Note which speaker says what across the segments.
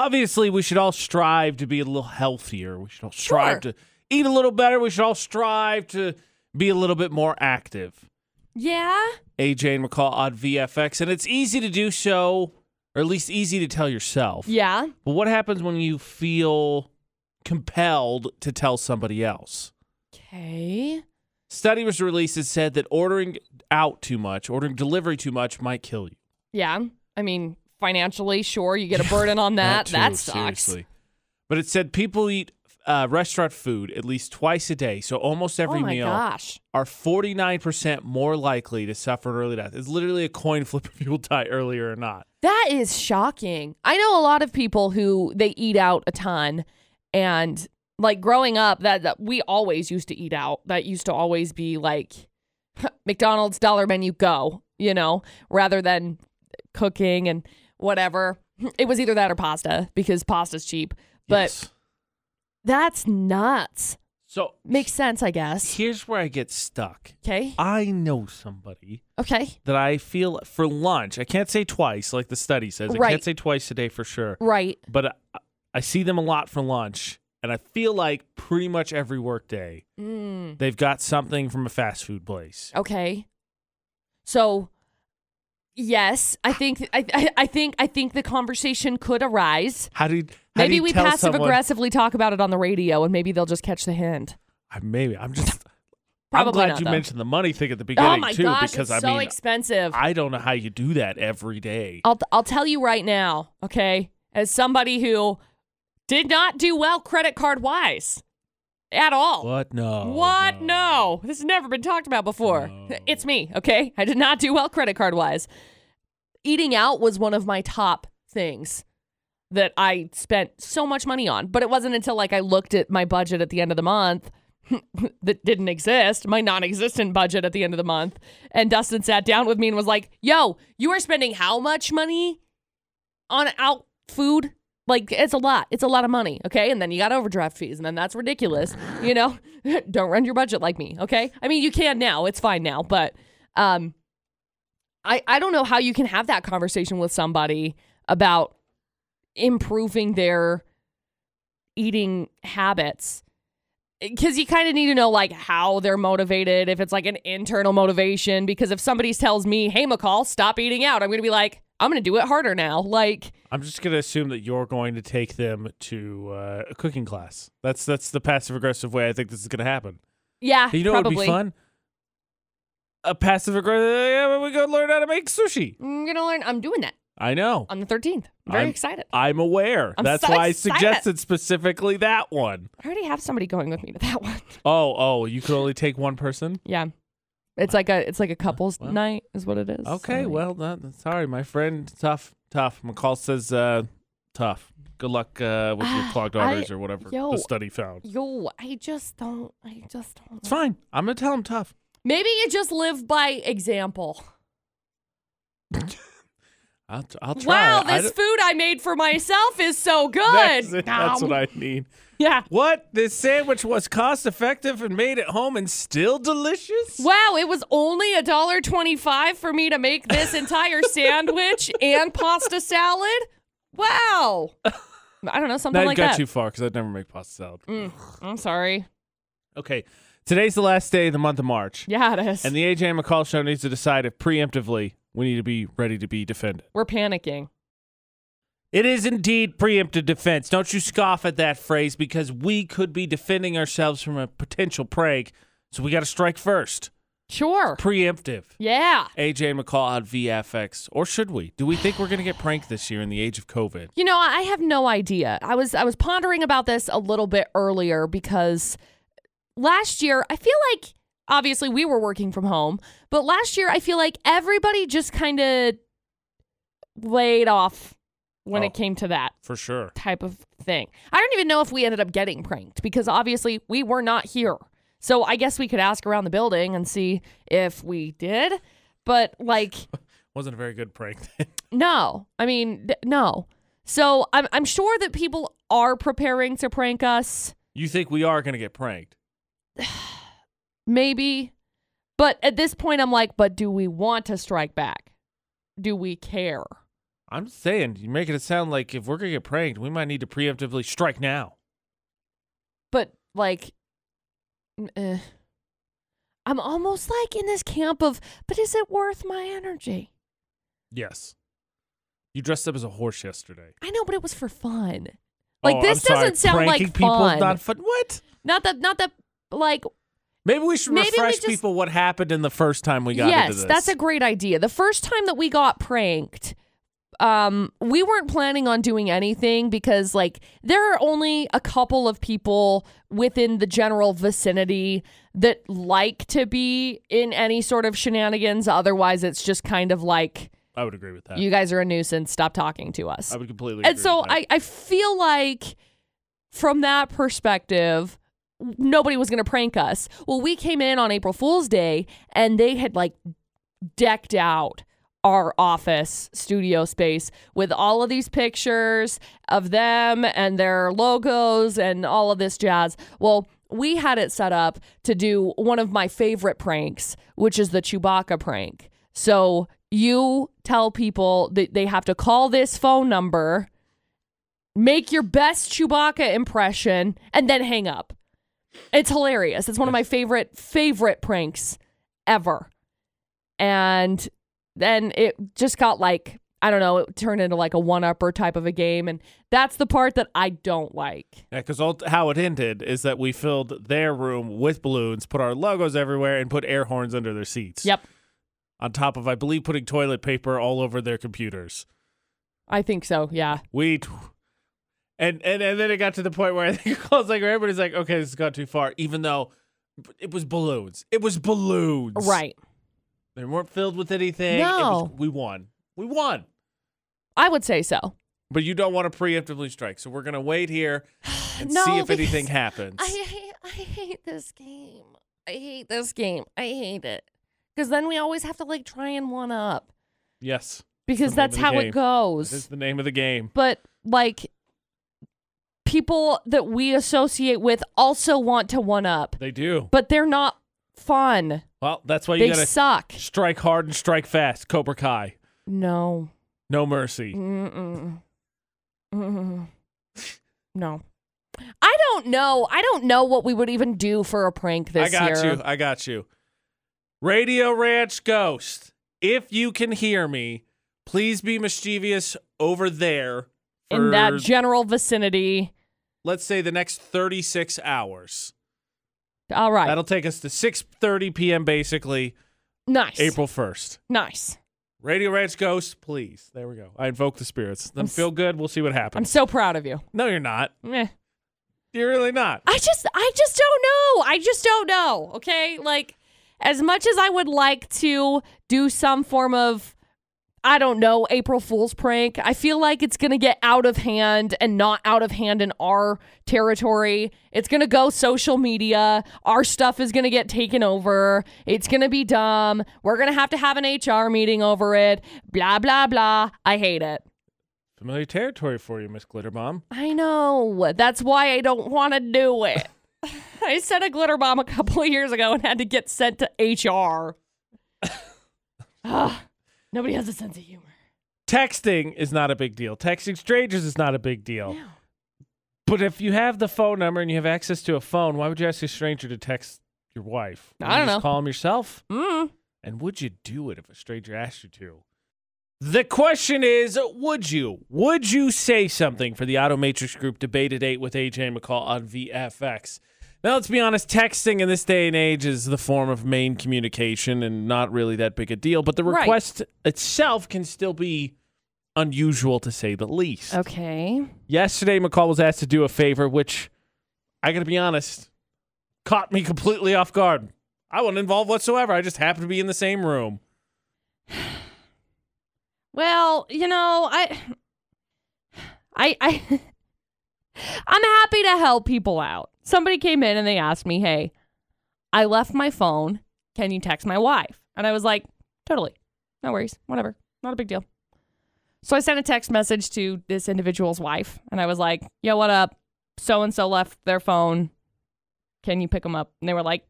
Speaker 1: obviously we should all strive to be a little healthier. We should all strive
Speaker 2: Sure.
Speaker 1: to eat a little better. We should all strive to be a little bit more active.
Speaker 2: Yeah.
Speaker 1: AJ and McCall on VFX, and it's easy to do so, or at least easy to tell yourself.
Speaker 2: Yeah.
Speaker 1: But what happens when you feel compelled to tell somebody else?
Speaker 2: Okay.
Speaker 1: Study was released that said that ordering out too much, ordering delivery too much, might kill you.
Speaker 2: Yeah. I mean, financially, sure, you get a burden on that.
Speaker 1: too,
Speaker 2: That, sucks.
Speaker 1: seriously. But it said people eat uh, restaurant food at least twice a day, so almost every
Speaker 2: oh my
Speaker 1: meal
Speaker 2: gosh.
Speaker 1: are 49% more likely to suffer an early death. It's literally a coin flip if you'll die earlier or not.
Speaker 2: That is shocking. I know a lot of people who they eat out a ton and like growing up that, that we always used to eat out. That used to always be like McDonald's dollar menu go, you know, rather than cooking and whatever. It was either that or pasta because pasta's cheap. But
Speaker 1: Yes.
Speaker 2: that's nuts.
Speaker 1: so
Speaker 2: Makes sense, I guess.
Speaker 1: here's where I get stuck.
Speaker 2: Okay.
Speaker 1: I know somebody
Speaker 2: Okay.
Speaker 1: that I feel for lunch. I can't say twice, like the study says. I
Speaker 2: Right.
Speaker 1: can't say twice a day for sure.
Speaker 2: Right.
Speaker 1: But I, I see them a lot for lunch, and I feel like pretty much every workday
Speaker 2: Mm.
Speaker 1: they've got something from a fast food place.
Speaker 2: Okay. So, yes, I think I, I, I think I think the conversation could arise.
Speaker 1: How do you, how do
Speaker 2: Maybe
Speaker 1: you
Speaker 2: we
Speaker 1: tell
Speaker 2: passive
Speaker 1: someone-
Speaker 2: aggressively talk about it on the radio, and maybe they'll just catch the hint.
Speaker 1: I- Maybe I'm just.
Speaker 2: Probably
Speaker 1: I'm glad
Speaker 2: not,
Speaker 1: you
Speaker 2: though.
Speaker 1: mentioned the money thing at the beginning
Speaker 2: Oh my
Speaker 1: too,
Speaker 2: gosh,
Speaker 1: because I
Speaker 2: it's so
Speaker 1: mean,
Speaker 2: expensive. Oh,
Speaker 1: I don't know how you do that every day.
Speaker 2: I'll I'll tell you right now, okay? As somebody who did not do well credit card wise at all.
Speaker 1: What no?
Speaker 2: What? No. This has never been talked about before.
Speaker 1: No.
Speaker 2: It's me, okay? I did not do well credit card wise. Eating out was one of my top things that I spent so much money on, but it wasn't until like I looked at my budget at the end of the month that didn't exist, my non-existent budget at the end of the month, and Dustin sat down with me and was like, "Yo, you are spending how much money on out food?" Like it's a lot. It's a lot of money, okay? And then you got overdraft fees, and then that's ridiculous. You know, don't run your budget like me, okay? I mean, you can now. It's fine now, but um I I don't know how you can have that conversation with somebody about improving their eating habits because you kind of need to know like how they're motivated if it's like an internal motivation because if somebody tells me hey mccall stop eating out i'm gonna be like i'm gonna do it harder now like
Speaker 1: I'm just gonna assume that you're going to take them to uh, a cooking class. That's that's the passive aggressive way I think this is gonna happen.
Speaker 2: yeah
Speaker 1: You know what
Speaker 2: Ah, probably
Speaker 1: would be fun? A passive aggressive. Yeah, we go learn how to make sushi.
Speaker 2: Mm, i'm gonna learn i'm doing that
Speaker 1: I know.
Speaker 2: on the 13th i'm very
Speaker 1: I'm-
Speaker 2: excited
Speaker 1: I'm aware.
Speaker 2: I'm
Speaker 1: That's
Speaker 2: so
Speaker 1: why
Speaker 2: excited.
Speaker 1: I suggested specifically that one.
Speaker 2: i already have somebody going with me to that one
Speaker 1: Oh, oh, you could only take one person.
Speaker 2: yeah it's like a it's like a couples
Speaker 1: Well.
Speaker 2: night is what it is
Speaker 1: Okay,
Speaker 2: So, like,
Speaker 1: well, that, sorry, my friend. Tough, tough. McCall says uh, tough. Good luck uh, with your
Speaker 2: Ah,
Speaker 1: clogged
Speaker 2: I-
Speaker 1: arteries or whatever
Speaker 2: yo.
Speaker 1: the study found.
Speaker 2: yo i just don't i just don't
Speaker 1: It's fine. I'm gonna tell him tough.
Speaker 2: maybe you just live by example
Speaker 1: I'll, t- I'll try.
Speaker 2: Wow,
Speaker 1: I
Speaker 2: this
Speaker 1: don't-
Speaker 2: food I made for myself is so good.
Speaker 1: That's, it. that's
Speaker 2: Nom.
Speaker 1: what I need.
Speaker 2: yeah.
Speaker 1: What? This sandwich was cost effective and made at home and still delicious?
Speaker 2: Wow, it was only a dollar twenty-five for me to make this entire sandwich and pasta salad. Wow. I don't know something
Speaker 1: That
Speaker 2: like
Speaker 1: got
Speaker 2: that.
Speaker 1: too far because I'd never make pasta salad.
Speaker 2: Mm, I'm sorry.
Speaker 1: Okay, today's the last day of the month of March,
Speaker 2: Yeah, it is.
Speaker 1: and the AJ and McCall show needs to decide if preemptively we need to be ready to be defended.
Speaker 2: We're panicking.
Speaker 1: It is indeed preemptive defense. Don't you scoff at that phrase because we could be defending ourselves from a potential prank, so we got to strike first.
Speaker 2: Sure.
Speaker 1: Preemptive.
Speaker 2: Yeah.
Speaker 1: AJ and McCall on VFX, or should we? Do we think we're going to get pranked this year in the age of COVID?
Speaker 2: You know, I have no idea. I was I was pondering about this a little bit earlier because last year I feel like obviously we were working from home, but last year I feel like everybody just kind of laid off when
Speaker 1: Oh.
Speaker 2: it came to that
Speaker 1: For sure.
Speaker 2: type of thing. I don't even know if we ended up getting pranked because obviously we were not here. So I guess we could ask around the building and see if we did. But like
Speaker 1: Wasn't a very good prank.
Speaker 2: no, I mean d- no. So I'm I'm sure that people are preparing to prank us,
Speaker 1: you think we are going to get pranked?
Speaker 2: maybe, but at this point I'm like, but do we want to strike back? Do we care?
Speaker 1: I'm just saying, you're making it sound like if we're gonna get pranked, we might need to preemptively strike now.
Speaker 2: but like n- eh. i'm almost like in this camp of but is it worth my energy
Speaker 1: Yes. You dressed up as a horse yesterday.
Speaker 2: i know but it was for fun like
Speaker 1: Oh,
Speaker 2: this
Speaker 1: I'm sorry,
Speaker 2: doesn't sound
Speaker 1: pranking
Speaker 2: like
Speaker 1: people is
Speaker 2: fun
Speaker 1: not fun. What?
Speaker 2: not that not that like
Speaker 1: Maybe we should
Speaker 2: Maybe we
Speaker 1: refresh
Speaker 2: just-
Speaker 1: people what happened in the first time we got
Speaker 2: yes
Speaker 1: into this.
Speaker 2: that's a great idea the first time that we got pranked um we weren't planning on doing anything because like there are only a couple of people within the general vicinity that like to be in any sort of shenanigans otherwise it's just kind of like
Speaker 1: I would agree with that.
Speaker 2: you guys are a nuisance stop talking to us
Speaker 1: I would completely
Speaker 2: and
Speaker 1: agree
Speaker 2: so
Speaker 1: with that.
Speaker 2: I, I feel like from that perspective, nobody was going to prank us. Well, we came in on April Fool's Day and they had like decked out our office studio space with all of these pictures of them and their logos and all of this jazz. Well, we had it set up to do one of my favorite pranks, which is the Chewbacca prank. So you tell people that they have to call this phone number, make your best Chewbacca impression, and then hang up. It's hilarious. It's one of my favorite, favorite pranks ever. And then it just got like, I don't know, it turned into like a one upper type of a game. And that's the part that I don't like.
Speaker 1: Yeah, because how it ended is that we filled their room with balloons, put our logos everywhere, and put air horns under their seats.
Speaker 2: Yep.
Speaker 1: On top of, I believe, putting toilet paper all over their computers.
Speaker 2: I think so. Yeah.
Speaker 1: We. T- and, and and then it got to the point where I think it was like everybody's like, okay, this has gone too far, even though it was balloons. It was balloons.
Speaker 2: Right.
Speaker 1: They weren't filled with anything. It was-
Speaker 2: No.
Speaker 1: we won. We won.
Speaker 2: I would say so.
Speaker 1: But you don't want to preemptively strike. So we're going to wait here and
Speaker 2: No,
Speaker 1: see if
Speaker 2: because
Speaker 1: anything happens.
Speaker 2: I hate, I hate this game. I hate this game. I hate it. Because then we always have to like try and one up
Speaker 1: yes.
Speaker 2: because
Speaker 1: the name
Speaker 2: that's
Speaker 1: of the
Speaker 2: how
Speaker 1: game.
Speaker 2: it goes.
Speaker 1: That is the name of the game.
Speaker 2: but like people that we associate with also want to one up,
Speaker 1: They do.
Speaker 2: but they're not fun.
Speaker 1: Well, that's why Oh, you
Speaker 2: they
Speaker 1: gotta
Speaker 2: suck.
Speaker 1: strike hard and strike fast. Cobra Kai,
Speaker 2: No.
Speaker 1: no mercy.
Speaker 2: Mm-mm. Mm-mm. No. I don't know. I don't know what we would even do for a prank
Speaker 1: I
Speaker 2: this year.
Speaker 1: got you. I got you. Radio Ranch Ghost, if you can hear me, please be mischievous over there for
Speaker 2: in that general vicinity.
Speaker 1: let's say the next 36 hours.
Speaker 2: All right.
Speaker 1: That'll take us to 6:30 p.m. basically,
Speaker 2: nice.
Speaker 1: April 1st.
Speaker 2: Nice.
Speaker 1: Radio Ranch Ghost, please. There we go. I invoke the spirits. Then
Speaker 2: I'm s-
Speaker 1: feel good. We'll see what
Speaker 2: I'm
Speaker 1: happens.
Speaker 2: so proud of you.
Speaker 1: no, you're not.
Speaker 2: Meh.
Speaker 1: You're really not.
Speaker 2: I just I just don't know. I just don't know. Okay? Like as much as I would like to do some form of I don't know, April Fool's prank, I feel like it's going to get out of hand and not out of hand in our territory. It's going to go social media. Our stuff is going to get taken over. It's going to be dumb. We're going to have to have an HR meeting over it. Blah blah blah. I hate it.
Speaker 1: Familiar territory for you, Miss Glitterbomb.
Speaker 2: I know. That's why I don't want to do it. I sent a glitter bomb a couple of years ago and had to get sent to HR. Ugh, nobody has a sense of humor.
Speaker 1: texting is not a big deal. Texting strangers is not a big deal.
Speaker 2: No.
Speaker 1: But if you have the phone number and you have access to a phone, why would you ask a stranger to text your wife? Wouldn't
Speaker 2: I
Speaker 1: you
Speaker 2: don't
Speaker 1: just
Speaker 2: know.
Speaker 1: Call them yourself.
Speaker 2: Mm.
Speaker 1: And would you do it if a stranger asked you to? The question is, would you? Would you say something for the Automatrix Group debate at 8 with AJ McCall on VFX? Now, let's be honest, texting in this day and age is the form of main communication and not really that big a deal, but the
Speaker 2: Right.
Speaker 1: request itself can still be unusual to say the least.
Speaker 2: Okay.
Speaker 1: Yesterday, McCall was asked to do a favor, which I gotta be honest, caught me completely off guard. I wasn't involved whatsoever. I just happened to be in the same room.
Speaker 2: Well, you know, I, I, I, I'm happy to help people out. Somebody came in and they asked me, "Hey, I left my phone. Can you text my wife?" And I was like, "Totally, no worries, whatever, not a big deal." So I sent a text message to this individual's wife, and I was like, "Yo, what up? So and so left their phone. Can you pick them up?" And they were like,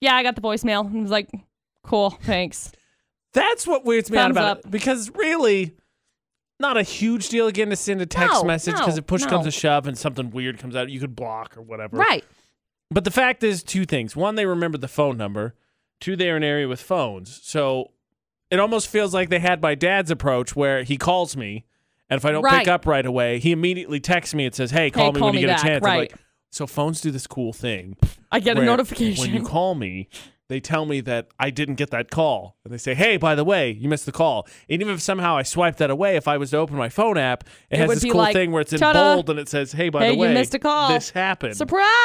Speaker 2: "Yeah, I got the voicemail." And I was like, "Cool, thanks."
Speaker 1: That's what weirds me out
Speaker 2: Thumbs
Speaker 1: about
Speaker 2: up.
Speaker 1: it. Because really, not a huge deal again to send a text
Speaker 2: No,
Speaker 1: message because
Speaker 2: no,
Speaker 1: if push comes to
Speaker 2: no.
Speaker 1: shove and something weird comes out, you could block or whatever.
Speaker 2: Right.
Speaker 1: But the fact is two things. One, they remembered the phone number. Two, they're in an area with phones. So it almost feels like they had my dad's approach where he calls me and if I don't
Speaker 2: Right.
Speaker 1: pick up right away, he immediately texts me and says, Hey, call me
Speaker 2: call
Speaker 1: when you
Speaker 2: me
Speaker 1: get
Speaker 2: back,
Speaker 1: a chance. I'm
Speaker 2: right.
Speaker 1: like, so phones do this cool thing.
Speaker 2: I get a
Speaker 1: where
Speaker 2: notification.
Speaker 1: When you call me, they tell me that I didn't get that call. And they say, Hey, by the way, you missed the call. And even if somehow I swipe that away, if I was to open my phone app, it,
Speaker 2: It
Speaker 1: has
Speaker 2: would
Speaker 1: this
Speaker 2: be
Speaker 1: cool
Speaker 2: like,
Speaker 1: thing where it's in
Speaker 2: "Ta-da.
Speaker 1: bold and it says, Hey, by
Speaker 2: Hey,
Speaker 1: the
Speaker 2: you
Speaker 1: way,
Speaker 2: missed a call.
Speaker 1: this happened.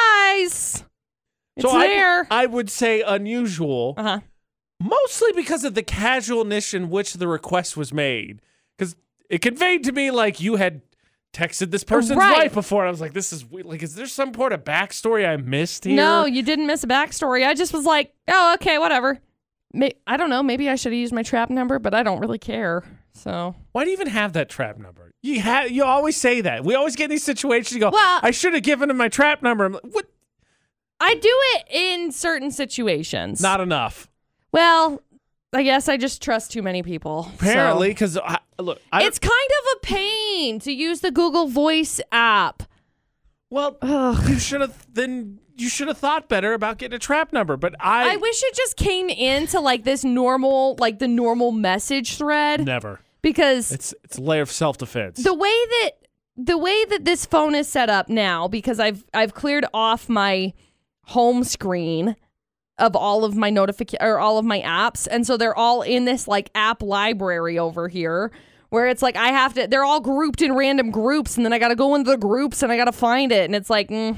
Speaker 2: Surprise! It's
Speaker 1: so
Speaker 2: there.
Speaker 1: I, I would say unusual,
Speaker 2: uh huh.
Speaker 1: mostly because of the casualness in which the request was made. Because it conveyed to me like you had texted this person's
Speaker 2: Right.
Speaker 1: wife before, and I was like, "This is weird. like, is there some part of backstory I missed here?"
Speaker 2: No, you didn't miss a backstory. I just was like, oh, okay, whatever. May- I don't know. Maybe I should have used my trap number, but I don't really care. So
Speaker 1: Why do you even have that trap number? You ha- you always say that. We always get in these situations. You go,
Speaker 2: Well-
Speaker 1: I should have given him my trap number." I'm like, "What?
Speaker 2: I do it in certain situations.
Speaker 1: Not enough."
Speaker 2: well. I guess I just trust too many people. so.
Speaker 1: Apparently, because I, look, I
Speaker 2: it's kind of a pain to use the Google Voice app.
Speaker 1: well,
Speaker 2: Ugh.
Speaker 1: you should have then you should have thought better about getting a trap number. But
Speaker 2: I wish it just came into like this normal, like the normal message thread
Speaker 1: never.
Speaker 2: because
Speaker 1: It's it's a layer of self defense.
Speaker 2: the way that the way that this phone is set up now because i've i've cleared off my home screen of all of my notification or all of my apps and so they're all in this like app library over here where it's like i have to they're all grouped in random groups and then i gotta go into the groups and i gotta find it and it's like mm,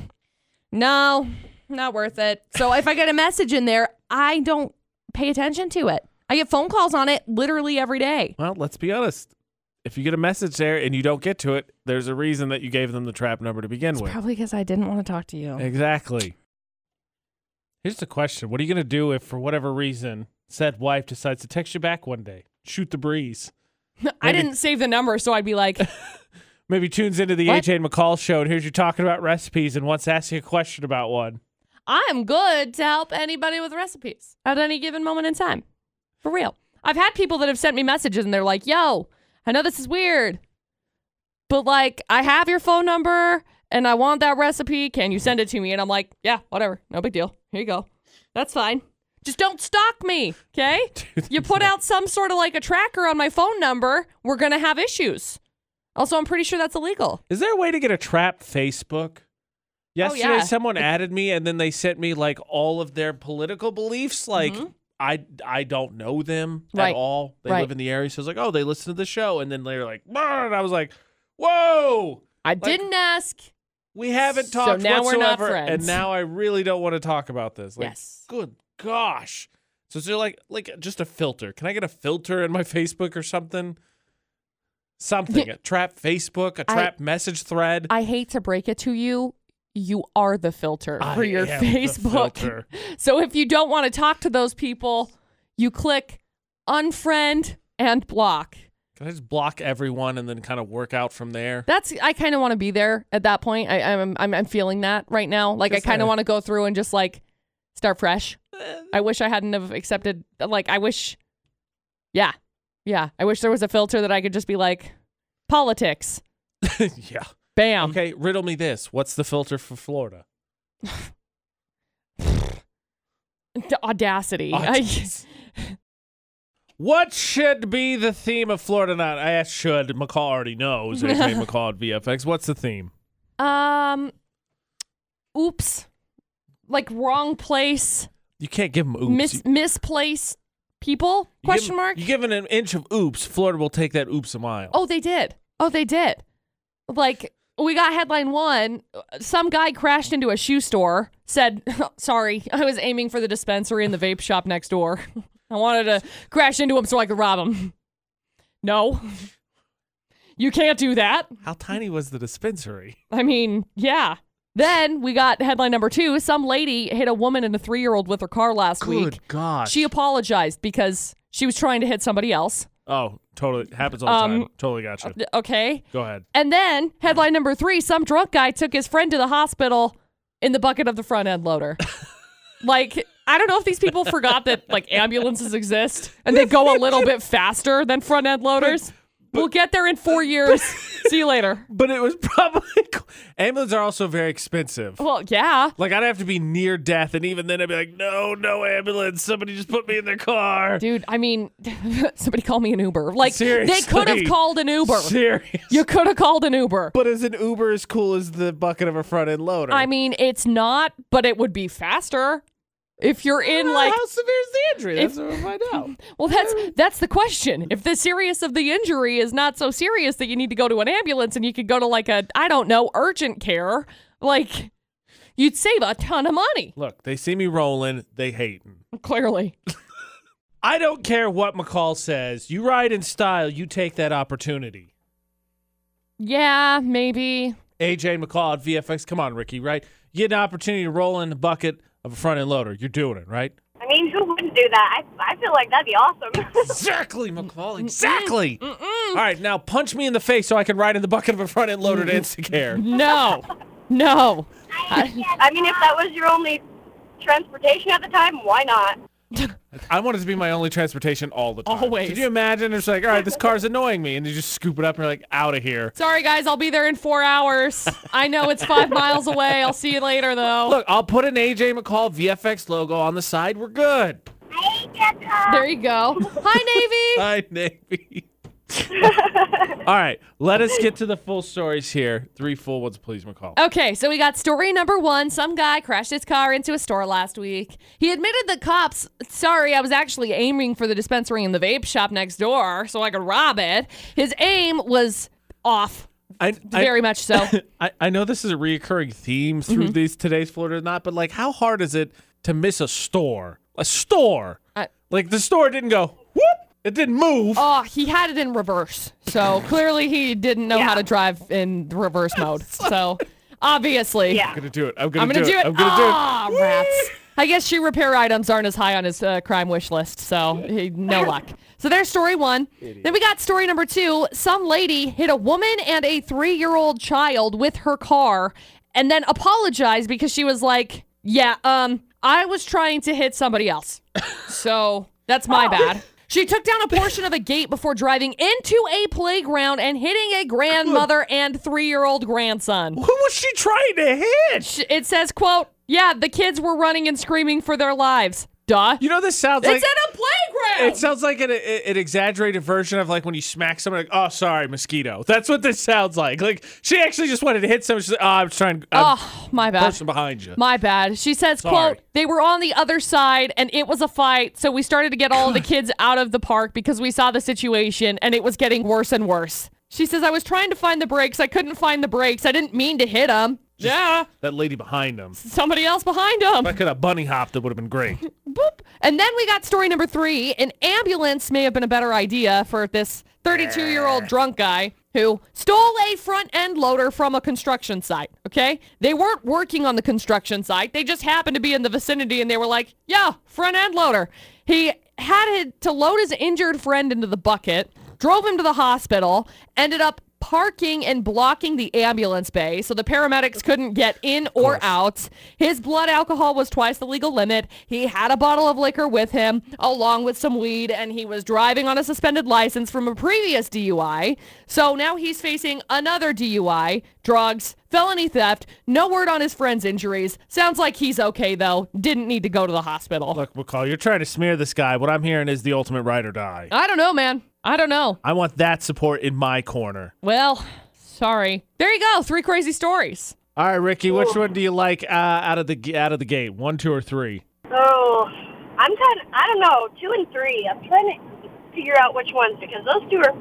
Speaker 2: no not worth it so if i get a message in there i don't pay attention to it i get phone calls on it literally every day
Speaker 1: well, let's be honest. If you get a message there and you don't get to it, there's a reason that you gave them the trap number to begin with.
Speaker 2: probably because i didn't want to talk to you
Speaker 1: exactly. Here's the question: What are you gonna do if, for whatever reason, said wife decides to text you back one day? Shoot the breeze.
Speaker 2: I
Speaker 1: Maybe-
Speaker 2: didn't save the number, so I'd be like,
Speaker 1: Maybe tunes into the
Speaker 2: What?
Speaker 1: AJ and McCall show and here's you talking about recipes and wants to ask you a question about one.
Speaker 2: I'm good to help anybody with recipes at any given moment in time. For real. I've had people that have sent me messages and they're like, yo, I know this is weird, but like, I have your phone number and I want that recipe. Can you send it to me? And I'm like, yeah, whatever. No big deal. Here you go. That's fine. Just don't stalk me, okay? You put out some sort of like a tracker on my phone number, we're going to have issues. Also, I'm pretty sure that's illegal.
Speaker 1: Is there a way to get a trap Facebook? Yesterday,
Speaker 2: Oh, yeah.
Speaker 1: someone added me, and then they sent me like all of their political beliefs. Like I, I don't know them
Speaker 2: Mm-hmm. Right.
Speaker 1: at all. They
Speaker 2: Right.
Speaker 1: live in the area, so I was like, oh, they listen to the show, and then they're like, "Brr," and I was like, whoa,
Speaker 2: I didn't ask.
Speaker 1: we haven't
Speaker 2: So
Speaker 1: talked
Speaker 2: now we're not
Speaker 1: whatsoever, and
Speaker 2: friends.
Speaker 1: now I really don't want to talk about this. Like,
Speaker 2: yes.
Speaker 1: good gosh. So is there like like just a filter? Can I get a filter in my Facebook or something? Something a trap Facebook, a
Speaker 2: I-
Speaker 1: trap message thread.
Speaker 2: I hate to break it to you. You are the filter
Speaker 1: I
Speaker 2: for your
Speaker 1: am the
Speaker 2: Facebook.
Speaker 1: filter.
Speaker 2: So if you don't want to talk to those people, you click unfriend and block.
Speaker 1: Can I just block everyone and then kind of work out from there?
Speaker 2: That's I kind of want to be there at that point. I, I'm, I'm I'm feeling that right now. Like
Speaker 1: Just
Speaker 2: I kind
Speaker 1: a-
Speaker 2: of want to go through and just like start fresh. I wish I hadn't have accepted. Like I wish, yeah, yeah. I wish there was a filter that I could just be like politics.
Speaker 1: yeah.
Speaker 2: Bam.
Speaker 1: Okay, riddle me this. What's the filter for Florida?
Speaker 2: D- Audacity.
Speaker 1: Oh,
Speaker 2: I-
Speaker 1: jeez. what should be the theme of Florida Not? I asked should. McCall already knows. AJ McCall at VFX. What's the theme?
Speaker 2: Um, oops, like wrong place,
Speaker 1: You can't give them oops. You-
Speaker 2: mis misplaced people?
Speaker 1: you give
Speaker 2: Question
Speaker 1: 'em-
Speaker 2: mark.
Speaker 1: You give it an inch of oops, Florida will take that oops a mile.
Speaker 2: Oh, they did. Oh, they did. Like we got headline one. Some guy crashed into a shoe store. Said, "Sorry, I was aiming for the dispensary in the vape shop next door. I wanted to crash into him so I could rob him." No, you can't do that.
Speaker 1: How tiny was the dispensary?
Speaker 2: I mean, yeah. Then we got headline number two. Some lady hit a woman and a three year old with her car last week.
Speaker 1: God.
Speaker 2: She apologized because she was trying to hit somebody else.
Speaker 1: oh, totally. Happens all the
Speaker 2: Um,
Speaker 1: time. Totally gotcha.
Speaker 2: Okay.
Speaker 1: Go ahead.
Speaker 2: And then headline number three some drunk guy took his friend to the hospital in the bucket of the front end loader. like, I don't know if these people forgot that like ambulances exist and they go a little bit faster than front end loaders. we'll get there in four years. See you later.
Speaker 1: But it was probably ambulance are also very expensive.
Speaker 2: Well, yeah.
Speaker 1: Like I'd have to be near death, and even then I'd be like, no, no ambulance. Somebody just put me in their car.
Speaker 2: Dude, I mean, somebody call me an Uber. Like, they could
Speaker 1: Seriously.
Speaker 2: have called an Uber.
Speaker 1: Serious.
Speaker 2: You could have called an Uber.
Speaker 1: But is an Uber as cool as the bucket of a front end loader?
Speaker 2: I mean, it's not, but it would be faster if you're in like.
Speaker 1: how severe is the injury?
Speaker 2: if-
Speaker 1: That's what we'll find out.
Speaker 2: Well, that's that's the question. If the serious of the injury is not so serious that you need to go to an ambulance, and you could go to like a I don't know urgent care, like you'd save a ton of money.
Speaker 1: Look, they see me rolling, they hating.
Speaker 2: Clearly,
Speaker 1: I don't care what McCall says. You ride in style, you take that opportunity.
Speaker 2: yeah, maybe.
Speaker 1: AJ McCall at VFX. Come on, Ricky, right? You get an opportunity to roll in the bucket of a front end loader. You're doing it, right?
Speaker 3: I mean, who wouldn't do that? I, I feel like that'd be awesome.
Speaker 1: Exactly, McCall. Exactly. All right, now punch me in the face so I can ride in the bucket of a front end loader to Instacare.
Speaker 2: No, no.
Speaker 3: I mean, if that was your only transportation at the time, why not?
Speaker 1: I want it to be my only transportation all the time.
Speaker 2: Always.
Speaker 1: Could you imagine? It's like, all right, this car's annoying me, and you just scoop it up and you're like, out of here.
Speaker 2: Sorry, guys, I'll be there in four hours. I know it's five miles away. I'll see you later, though.
Speaker 1: Look, I'll put an AJ McCall VFX logo on the side. We're good.
Speaker 2: There you go. Hi, Navy.
Speaker 1: Hi, Navy. All right, let us get to the full stories here. Three full ones, please, McCall.
Speaker 2: Okay, so we got story number one. Some guy crashed his car into a store last week. He admitted the cops, sorry, I was actually aiming for the dispensary in the vape shop next door so I could rob it. His aim was off,
Speaker 1: I,
Speaker 2: very Mm-hmm. much so.
Speaker 1: I, I know this is a reoccurring theme through these today's Florida or not, but like, how hard is it to miss a store? A store,
Speaker 2: I-
Speaker 1: like the store didn't go whoop, it didn't move.
Speaker 2: oh, he had it in reverse. So clearly he didn't know how
Speaker 3: Yeah.
Speaker 2: to drive in reverse mode. So obviously.
Speaker 3: Yeah.
Speaker 1: I'm gonna do it. I'm gonna,
Speaker 2: I'm gonna
Speaker 1: do, it. I'm gonna
Speaker 2: Ah,
Speaker 1: do it.
Speaker 2: rats. I guess shoe repair items aren't as high on his uh, crime wish list, so he, no luck. So there's story one. Then we got story number two. Some lady hit a woman and a three-year-old child with her car, and then apologized because she was like, "Yeah, um, I was trying to hit somebody else, so that's my bad." She took down a portion of a gate before driving into a playground and hitting a grandmother and three-year-old grandson
Speaker 1: Who was she trying to hit?
Speaker 2: sh- it says, quote, yeah, the kids were running and screaming for their lives. Duh.
Speaker 1: You know, this sounds like
Speaker 2: it's at a playground.
Speaker 1: It sounds like an, an exaggerated version of like when you smack someone, like, oh, sorry, mosquito. That's what this sounds like. Like, she actually just wanted to hit someone. She's like, oh, I'm trying to. I'm
Speaker 2: oh, my bad.
Speaker 1: person behind you.
Speaker 2: My bad. She says,
Speaker 1: Sorry.
Speaker 2: quote, they were on the other side and it was a fight. So we started to get all the kids out of the park because we saw the situation and it was getting worse and worse. She says, I was trying to find the brakes. I couldn't find the brakes. I didn't mean to hit them. Yeah.
Speaker 1: that lady behind him. If
Speaker 2: Somebody else behind them.
Speaker 1: I could have bunny hopped, it would have been great.
Speaker 2: Boop. And then we got story number three. An ambulance may have been a better idea for this 32 year old drunk guy who stole a front end loader from a construction site. Okay? They weren't working on the construction site, they just happened to be in the vicinity and they were like, yeah, front end loader. He had it to load his injured friend into the bucket, drove him to the hospital, ended up parking and blocking the ambulance bay so the paramedics couldn't get in or out. His blood alcohol was twice the legal limit. He had a bottle of liquor with him along with some weed and he was driving on a suspended license from a previous DUI. So now he's facing another DUI, drugs, felony theft, no word on his friend's injuries. Sounds like he's okay though. Didn't need to go to the hospital.
Speaker 1: Look, McCall, you're trying to smear this guy. What I'm hearing is the ultimate ride or die.
Speaker 2: I don't know, man. I don't know.
Speaker 1: I want that support in my corner.
Speaker 2: Well, sorry. There you go. Three crazy stories.
Speaker 1: All right, Ricky, which one do you like uh, out of the g- out of the gate? One, two, or three?
Speaker 3: Oh, I'm kind of, I don't know, two and three. I'm trying to figure out which ones because those two are,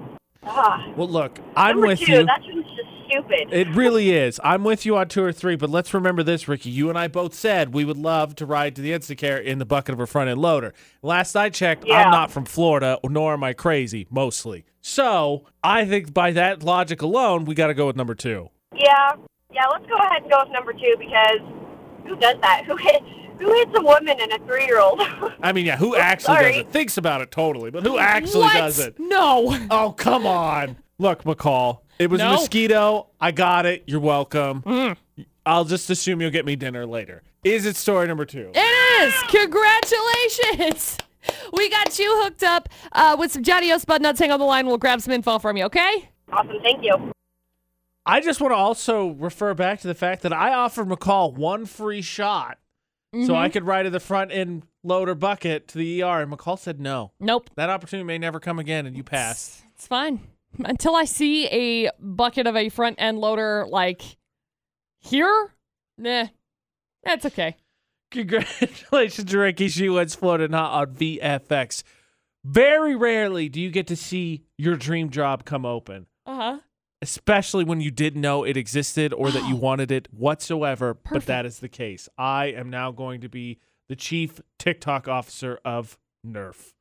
Speaker 3: ah.
Speaker 1: Well, look, I'm
Speaker 3: Number
Speaker 1: with
Speaker 3: two,
Speaker 1: you.
Speaker 3: that one's just stupid.
Speaker 1: It really is. I'm with you on two or three, but let's remember this, Ricky. You and I both said we would love to ride to the Instacare in the bucket of a front end loader. Last I checked, I'm
Speaker 3: Yeah.
Speaker 1: not from Florida, nor am I crazy, mostly. So I think by that logic alone, we got to go with number two.
Speaker 3: yeah, yeah, let's go ahead and go with number two because who does that? Who hit, who hits a woman and a three-year-old?
Speaker 1: I mean, yeah, who actually
Speaker 3: sorry.
Speaker 1: does it? Thinks about it totally, but who actually
Speaker 2: what?
Speaker 1: does it?
Speaker 2: No.
Speaker 1: Oh, come on. Look, McCall, it was
Speaker 2: No.
Speaker 1: a mosquito. I got it. You're welcome. I'll just assume you'll get me dinner later. Is it story number two?
Speaker 2: It is. Congratulations. We got you hooked up uh, with some Johnny O Spud Nuts. Hang on the line. We'll grab some info from you, okay?
Speaker 3: Awesome. Thank you.
Speaker 1: I just want to also refer back to the fact that I offered McCall one free shot so I could ride to the front end loader bucket to the ER, and McCall said no.
Speaker 2: Mm-hmm. Nope.
Speaker 1: That opportunity may never come again, and you passed.
Speaker 2: It's fine. Until I see a bucket of a front end loader like here, nah, that's okay.
Speaker 1: Congratulations, Ricky. She wins floating hot on VFX. Very rarely do you get to see your dream job come open,
Speaker 2: Uh huh.
Speaker 1: especially when you didn't know it existed or that you wanted it whatsoever. But
Speaker 2: Oh. Perfect.
Speaker 1: that is the case. I am now going to be the chief TikTok officer of Nerf.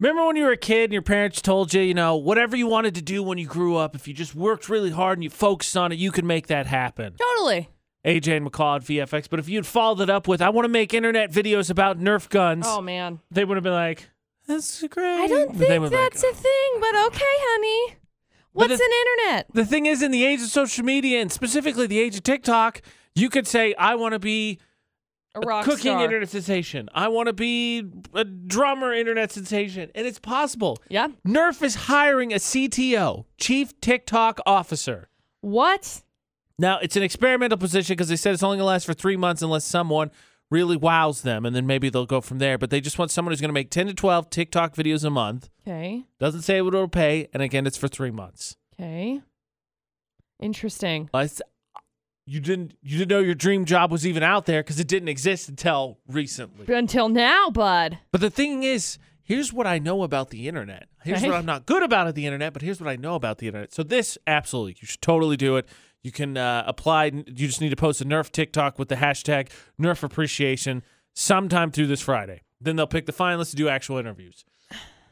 Speaker 1: Remember when you were a kid and your parents told you, you know, whatever you wanted to do when you grew up, if you just worked really hard and you focused on it, you could make that happen.
Speaker 2: Totally.
Speaker 1: AJ and McCall at VFX. But if you'd followed it up with, I want to make internet videos about Nerf guns,
Speaker 2: Oh man.
Speaker 1: they would have been like, that's great.
Speaker 2: I don't
Speaker 1: But they
Speaker 2: think
Speaker 1: would have been
Speaker 2: that's
Speaker 1: like,
Speaker 2: a thing, but okay, honey. What's
Speaker 1: the-
Speaker 2: an internet?
Speaker 1: The thing is, in the age of social media and specifically the age of TikTok, you could say, I want to be
Speaker 2: A
Speaker 1: a
Speaker 2: rock
Speaker 1: cooking
Speaker 2: star.
Speaker 1: internet sensation. I want to be a drummer internet sensation. And it's possible.
Speaker 2: Yeah.
Speaker 1: Nerf is hiring a CTO, Chief TikTok Officer.
Speaker 2: What?
Speaker 1: Now, it's an experimental position because they said it's only going to last for three months unless someone really wows them, and then maybe they'll go from there. But they just want someone who's going to make 10 to 12 TikTok videos a month.
Speaker 2: Okay.
Speaker 1: Doesn't say what it'll pay, and again, it's for three months.
Speaker 2: Okay. Interesting.
Speaker 1: I s- You didn't you didn't know your dream job was even out there because it didn't exist until recently.
Speaker 2: Until now, bud.
Speaker 1: But the thing is, here's what I know about the internet. Here's
Speaker 2: Okay.
Speaker 1: what I'm not good about at the internet, but here's what I know about the internet. So this, absolutely, you should totally do it. You can uh, apply. You just need to post a Nerf TikTok with the hashtag Nerf Appreciation sometime through this Friday. Then they'll pick the finalists to do actual interviews.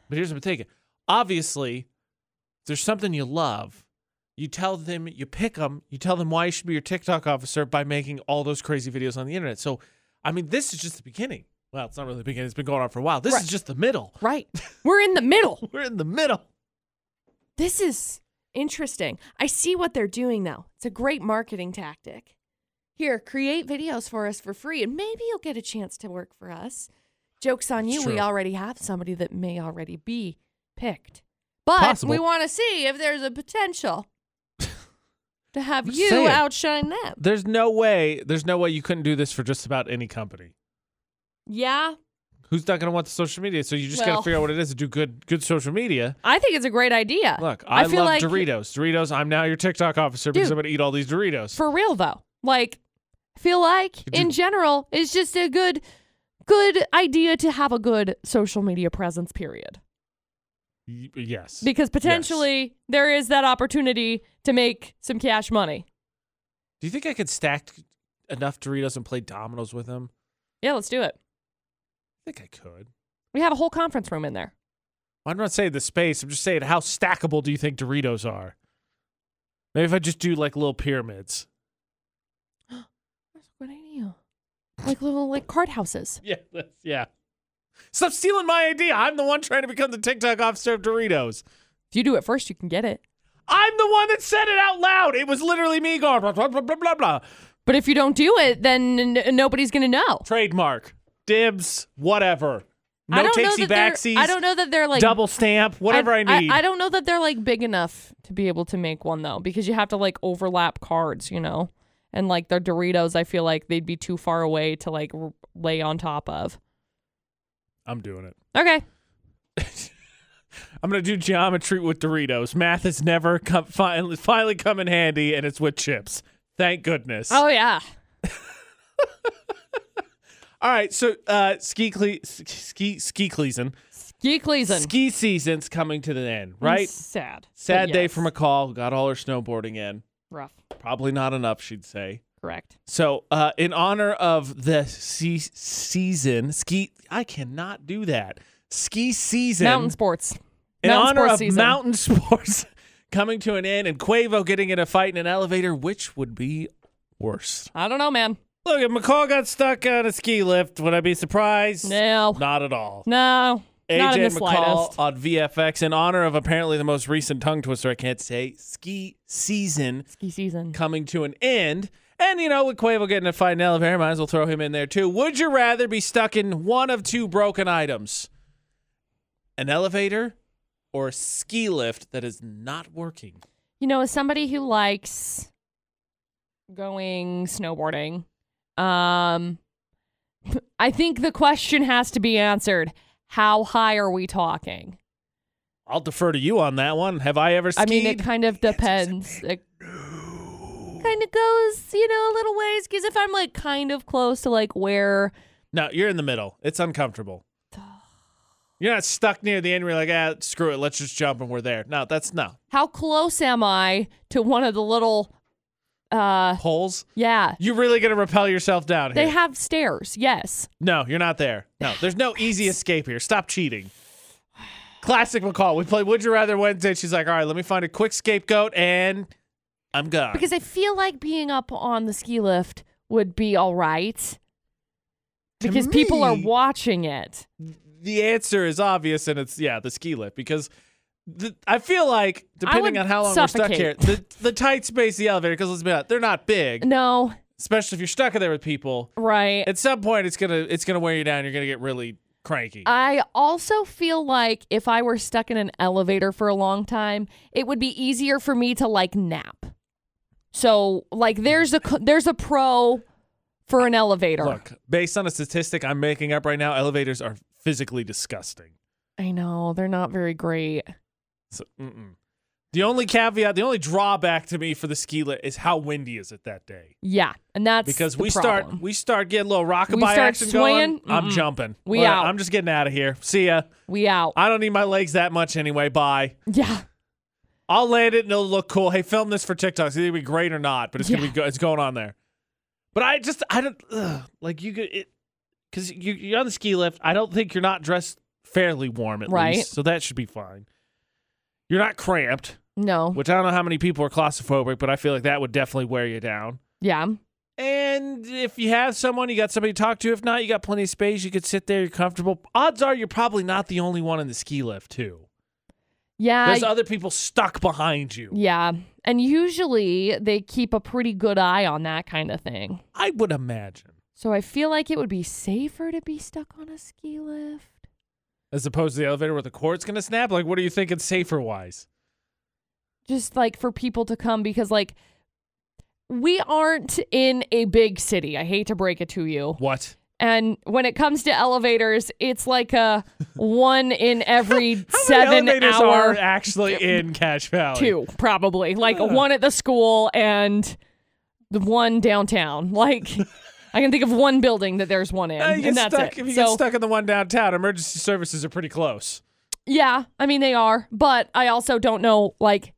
Speaker 1: But here's what I'm thinking. Obviously, if there's something you love. You tell them, you pick them, you tell them why you should be your TikTok officer by making all those crazy videos on the internet. So, I mean, this is just the beginning. Well, it's not really the beginning. It's been going on for a while. This
Speaker 2: Right.
Speaker 1: is just the middle.
Speaker 2: Right. We're in the middle.
Speaker 1: We're in the middle.
Speaker 2: This is interesting. I see what they're doing now. It's a great marketing tactic. Here, create videos for us for free, and maybe you'll get a chance to work for us. Joke's on
Speaker 1: It's
Speaker 2: you.
Speaker 1: true.
Speaker 2: We already have somebody that may already be picked. But
Speaker 1: Possible.
Speaker 2: we want to see if there's a potential to have
Speaker 1: I'm
Speaker 2: you
Speaker 1: saying.
Speaker 2: outshine them.
Speaker 1: There's no way. There's no way you couldn't do this for just about any company.
Speaker 2: Yeah,
Speaker 1: Who's not going to want the social media? So you just got
Speaker 2: Well.
Speaker 1: to figure out what it is to do good, good social media.
Speaker 2: I think it's a great idea.
Speaker 1: Look, I,
Speaker 2: feel
Speaker 1: love
Speaker 2: like
Speaker 1: Doritos. Doritos. I'm now your TikTok officer because
Speaker 2: Dude.
Speaker 1: I'm going to eat all these Doritos.
Speaker 2: for real though like I feel like
Speaker 1: Could
Speaker 2: in
Speaker 1: you-
Speaker 2: general it's just a good good idea to have a good social media presence period
Speaker 1: Y- yes.
Speaker 2: because potentially there is that opportunity to make some cash money
Speaker 1: do you think I could stack enough Doritos and play dominoes with them?
Speaker 2: yeah let's do it
Speaker 1: I think I could.
Speaker 2: we have a whole conference room in there
Speaker 1: I'm not saying the space. I'm just saying how stackable do you think Doritos are? Maybe if I just do like little pyramids.
Speaker 2: that's a good idea like little like card houses
Speaker 1: Yeah, that's, yeah. Stop stealing my idea. I'm the one trying to become the TikTok officer of Doritos.
Speaker 2: if you do it first you can get it
Speaker 1: I'm the one that said it out loud. It was literally me going blah blah blah blah blah. blah.
Speaker 2: but if you don't do it then n- n- nobody's gonna know
Speaker 1: Trademark, dibs, whatever. No
Speaker 2: I don't know
Speaker 1: takesy
Speaker 2: that they're-
Speaker 1: backsies.
Speaker 2: I don't know that they're like
Speaker 1: double stamp. Whatever I, need.
Speaker 2: I, don't know that they're like big enough to be able to make one though, because you have to like overlap cards, you know, and like their Doritos. I feel like they'd be too far away to like r- lay on top of.
Speaker 1: I'm doing it.
Speaker 2: Okay,
Speaker 1: I'm gonna do geometry with Doritos. Math has never come finally, finally come in handy, and it's with chips. Thank goodness.
Speaker 2: oh yeah,
Speaker 1: All right, so uh, ski cle- ski ski cleason
Speaker 2: geek Leeson.
Speaker 1: ski season's coming to the end, right?
Speaker 2: Sad. but
Speaker 1: Sad day
Speaker 2: yes.
Speaker 1: for McCall. Got all her snowboarding in.
Speaker 2: rough.
Speaker 1: Probably not enough, she'd say.
Speaker 2: Correct.
Speaker 1: So, uh, in honor of the ski season, ski I cannot do that. Ski season.
Speaker 2: Mountain sports.
Speaker 1: in
Speaker 2: mountain
Speaker 1: honor
Speaker 2: sports
Speaker 1: of
Speaker 2: season.
Speaker 1: mountain sports coming to an end and Quavo getting in a fight in an elevator, which would be worse?
Speaker 2: I don't know, man.
Speaker 1: Look, if McCall got stuck on a ski lift, would I be surprised?
Speaker 2: No,
Speaker 1: Not at all.
Speaker 2: no, not in the
Speaker 1: AJ McCall
Speaker 2: slightest.
Speaker 1: on VFX in honor of apparently the most recent tongue twister I can't say, ski season
Speaker 2: Ski season.
Speaker 1: coming to an end. And, you know, with Quavo getting a fight in elevator, might as well throw him in there too. Would you rather be stuck in one of two broken items? an elevator, or a ski lift that is not working.
Speaker 2: You know, as somebody who likes going snowboarding, um, I think the question has to be answered: How high are we talking?
Speaker 1: I'll defer to you on that one. Have I ever skied?
Speaker 2: I mean, it kind of depends. It kind of goes, you know, a little ways. Because if I'm like kind of close to like where,
Speaker 1: no, you're in the middle. It's uncomfortable. You're not stuck near the end. We're like, ah, screw it. Let's just jump and we're there. No, that's no
Speaker 2: how close am I to one of the little, uh,
Speaker 1: holes.
Speaker 2: yeah,
Speaker 1: You're really gonna repel yourself down here.
Speaker 2: they have stairs. Yes.
Speaker 1: no, you're not there. No, there's no easy escape here. Stop cheating. Classic McCall. We play Would You Rather Wednesday. She's like, all right, let me find a quick scapegoat, and I'm gone.
Speaker 2: Because I feel like being up on the ski lift would be all right.
Speaker 1: To
Speaker 2: Because people are
Speaker 1: me-
Speaker 2: watching it.
Speaker 1: the answer is obvious, and it's yeah, the ski lift because the, I feel like depending
Speaker 2: would
Speaker 1: on how long we're stuck here,
Speaker 2: suffocate.
Speaker 1: the the tight space, the elevator, because let's be honest, they're not big,
Speaker 2: No,
Speaker 1: especially if you're stuck in there with people.
Speaker 2: right.
Speaker 1: At some point, it's gonna it's gonna wear you down. You're gonna get really cranky.
Speaker 2: I also feel like if I were stuck in an elevator for a long time, it would be easier for me to like nap. So, like there's a co- there's a pro for an elevator.
Speaker 1: Look, based on a statistic I'm making up right now, elevators are physically disgusting.
Speaker 2: I know, they're not very great.
Speaker 1: So, mm-mm. the only caveat, the only drawback to me for the ski lift is how windy is it that day.
Speaker 2: Yeah, and that's
Speaker 1: because
Speaker 2: the
Speaker 1: we
Speaker 2: problem.
Speaker 1: start we start getting a little rockabye
Speaker 2: start
Speaker 1: action going.
Speaker 2: swaying?
Speaker 1: I'm
Speaker 2: Mm-mm.
Speaker 1: jumping.
Speaker 2: We
Speaker 1: Well,
Speaker 2: out.
Speaker 1: I'm just getting out of here. See ya.
Speaker 2: we out.
Speaker 1: I don't need my legs that much anyway. Bye.
Speaker 2: yeah.
Speaker 1: I'll land it and it'll look cool. Hey, film this for TikTok. It's either gonna be great or not, but it's gonna
Speaker 2: Yeah.
Speaker 1: be go- it's going on there. But I just I don't ugh, like you could it because you you're on the ski lift. I don't think you're not dressed fairly warm at
Speaker 2: Right.
Speaker 1: least, so that should be fine. You're not cramped,
Speaker 2: No.
Speaker 1: which I don't know how many people are claustrophobic, but I feel like that would definitely wear you down.
Speaker 2: Yeah.
Speaker 1: And if you have someone, you got somebody to talk to. If not, you got plenty of space. You could sit there. You're comfortable. Odds are you're probably not the only one in the ski lift, too.
Speaker 2: Yeah.
Speaker 1: There's other people stuck behind you.
Speaker 2: Yeah. And usually they keep a pretty good eye on that kind of thing.
Speaker 1: I would imagine.
Speaker 2: So I feel like it would be safer to be stuck on a ski lift.
Speaker 1: As opposed to the elevator where the cord's going to snap. Like, what are you thinking safer wise?
Speaker 2: Just like for people to come because like we aren't in a big city. I hate to break it to you.
Speaker 1: What?
Speaker 2: And when it comes to elevators, it's like a one in every
Speaker 1: How many
Speaker 2: seven
Speaker 1: elevators are
Speaker 2: hour
Speaker 1: actually in Cache Valley?
Speaker 2: two, probably. Like one at the school and the one downtown. Like I can think of one building that there's one in.
Speaker 1: Uh, you get
Speaker 2: and that's
Speaker 1: stuck,
Speaker 2: it.
Speaker 1: If you get
Speaker 2: so
Speaker 1: stuck in the one downtown, emergency services are pretty close.
Speaker 2: yeah, I mean they are, but I also don't know like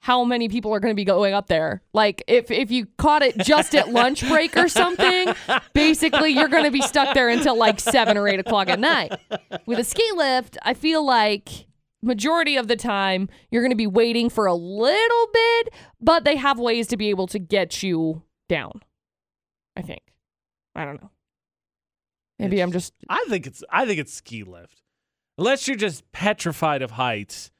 Speaker 2: how many people are going to be going up there. Like if if you caught it just at lunch break or something, basically you're going to be stuck there until like seven or eight o'clock at night. With a ski lift, I feel like majority of the time you're going to be waiting for a little bit, but they have ways to be able to get you down. I think. I don't know. Maybe I'm just
Speaker 1: I think it's I think it's ski lift. Unless you're just petrified of heights,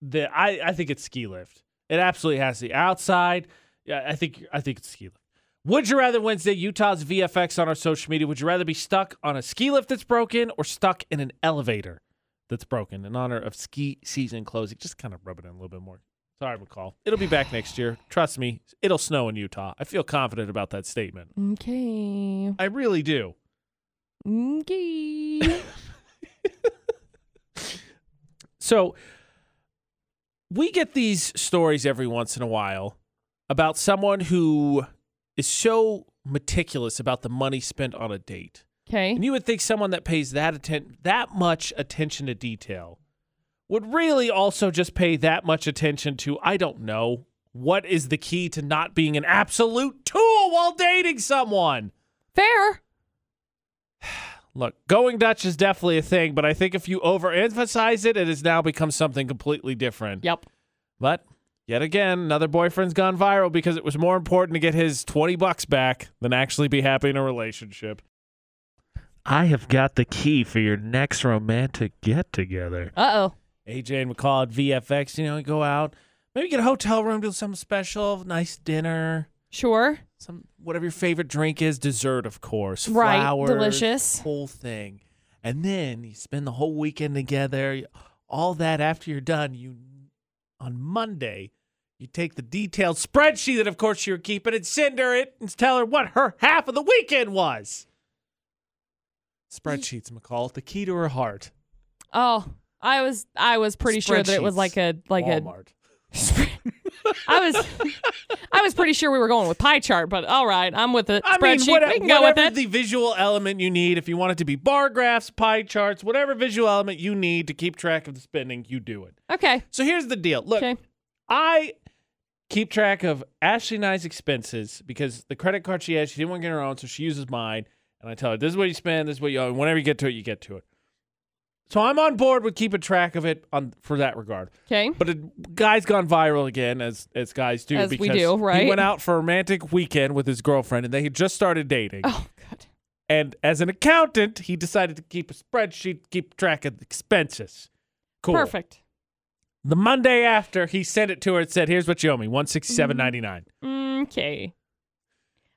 Speaker 1: the I, I think it's ski lift. It absolutely has to be outside. Yeah, I think I think it's ski lift. Would you rather Wednesday Utah's VFX on our social media? Would you rather be stuck on a ski lift that's broken or stuck in an elevator that's broken in honor of ski season closing? Just kind of rub it in a little bit more. Sorry, McCall. It'll be back next year. Trust me. It'll snow in Utah. I feel confident about that statement.
Speaker 2: okay.
Speaker 1: I really do.
Speaker 2: Okay.
Speaker 1: So we get these stories every once in a while about someone who is so meticulous about the money spent on a date.
Speaker 2: Okay.
Speaker 1: And you would think someone that pays that atten- that much attention to detail would really also just pay that much attention to I don't know what is the key to not being an absolute tool while dating someone.
Speaker 2: Fair.
Speaker 1: Look, going Dutch is definitely a thing, but I think if you overemphasize it, it has now become something completely different.
Speaker 2: Yep.
Speaker 1: But yet again, another boyfriend's gone viral because it was more important to get his 20 bucks back than actually be happy in a relationship. I have got the key for your next romantic get together.
Speaker 2: Uh oh.
Speaker 1: AJ and McCall at VFX, you know, go out, maybe get a hotel room, do something special, nice dinner,
Speaker 2: Sure.
Speaker 1: some whatever your favorite drink is, dessert, of course,
Speaker 2: Right.
Speaker 1: flowers,
Speaker 2: Delicious.
Speaker 1: whole thing. and then you spend the whole weekend together. All that after you're done, you on Monday, you take the detailed spreadsheet that, of course, you're keeping and send her it and tell her what her half of the weekend was. Spreadsheets, McCall, the key to her heart.
Speaker 2: Oh, I was I was pretty sure that it was
Speaker 1: Spreadsheets.
Speaker 2: like a like
Speaker 1: Walmart.
Speaker 2: a. I was I was pretty sure we were going with pie chart, but all right, I'm with it.
Speaker 1: I mean,
Speaker 2: Spreadsheet,
Speaker 1: what,
Speaker 2: we can go with
Speaker 1: whatever
Speaker 2: it.
Speaker 1: the visual element you need, if you want it to be bar graphs, pie charts, whatever visual element you need to keep track of the spending, you do it.
Speaker 2: okay,
Speaker 1: So here's the deal. Look,
Speaker 2: okay,
Speaker 1: I keep track of Ashley and I's expenses because the credit card she has, she didn't want to get her own, so she uses mine. And I tell her, this is what you spend, this is what you owe. And whenever you get to it, you get to it. So I'm on board with keeping track of it on for that regard.
Speaker 2: okay.
Speaker 1: But a guy's gone viral again, as as guys do.
Speaker 2: As we
Speaker 1: because
Speaker 2: do, right?
Speaker 1: He went out for a romantic weekend with his girlfriend, and they had just started dating.
Speaker 2: Oh god.
Speaker 1: And as an accountant, he decided to keep a spreadsheet, keep track of the expenses. Cool.
Speaker 2: Perfect.
Speaker 1: The Monday after, he sent it to her and said, "Here's what you owe me: one sixty-seven ninety-nine.
Speaker 2: Mm-hmm. Okay.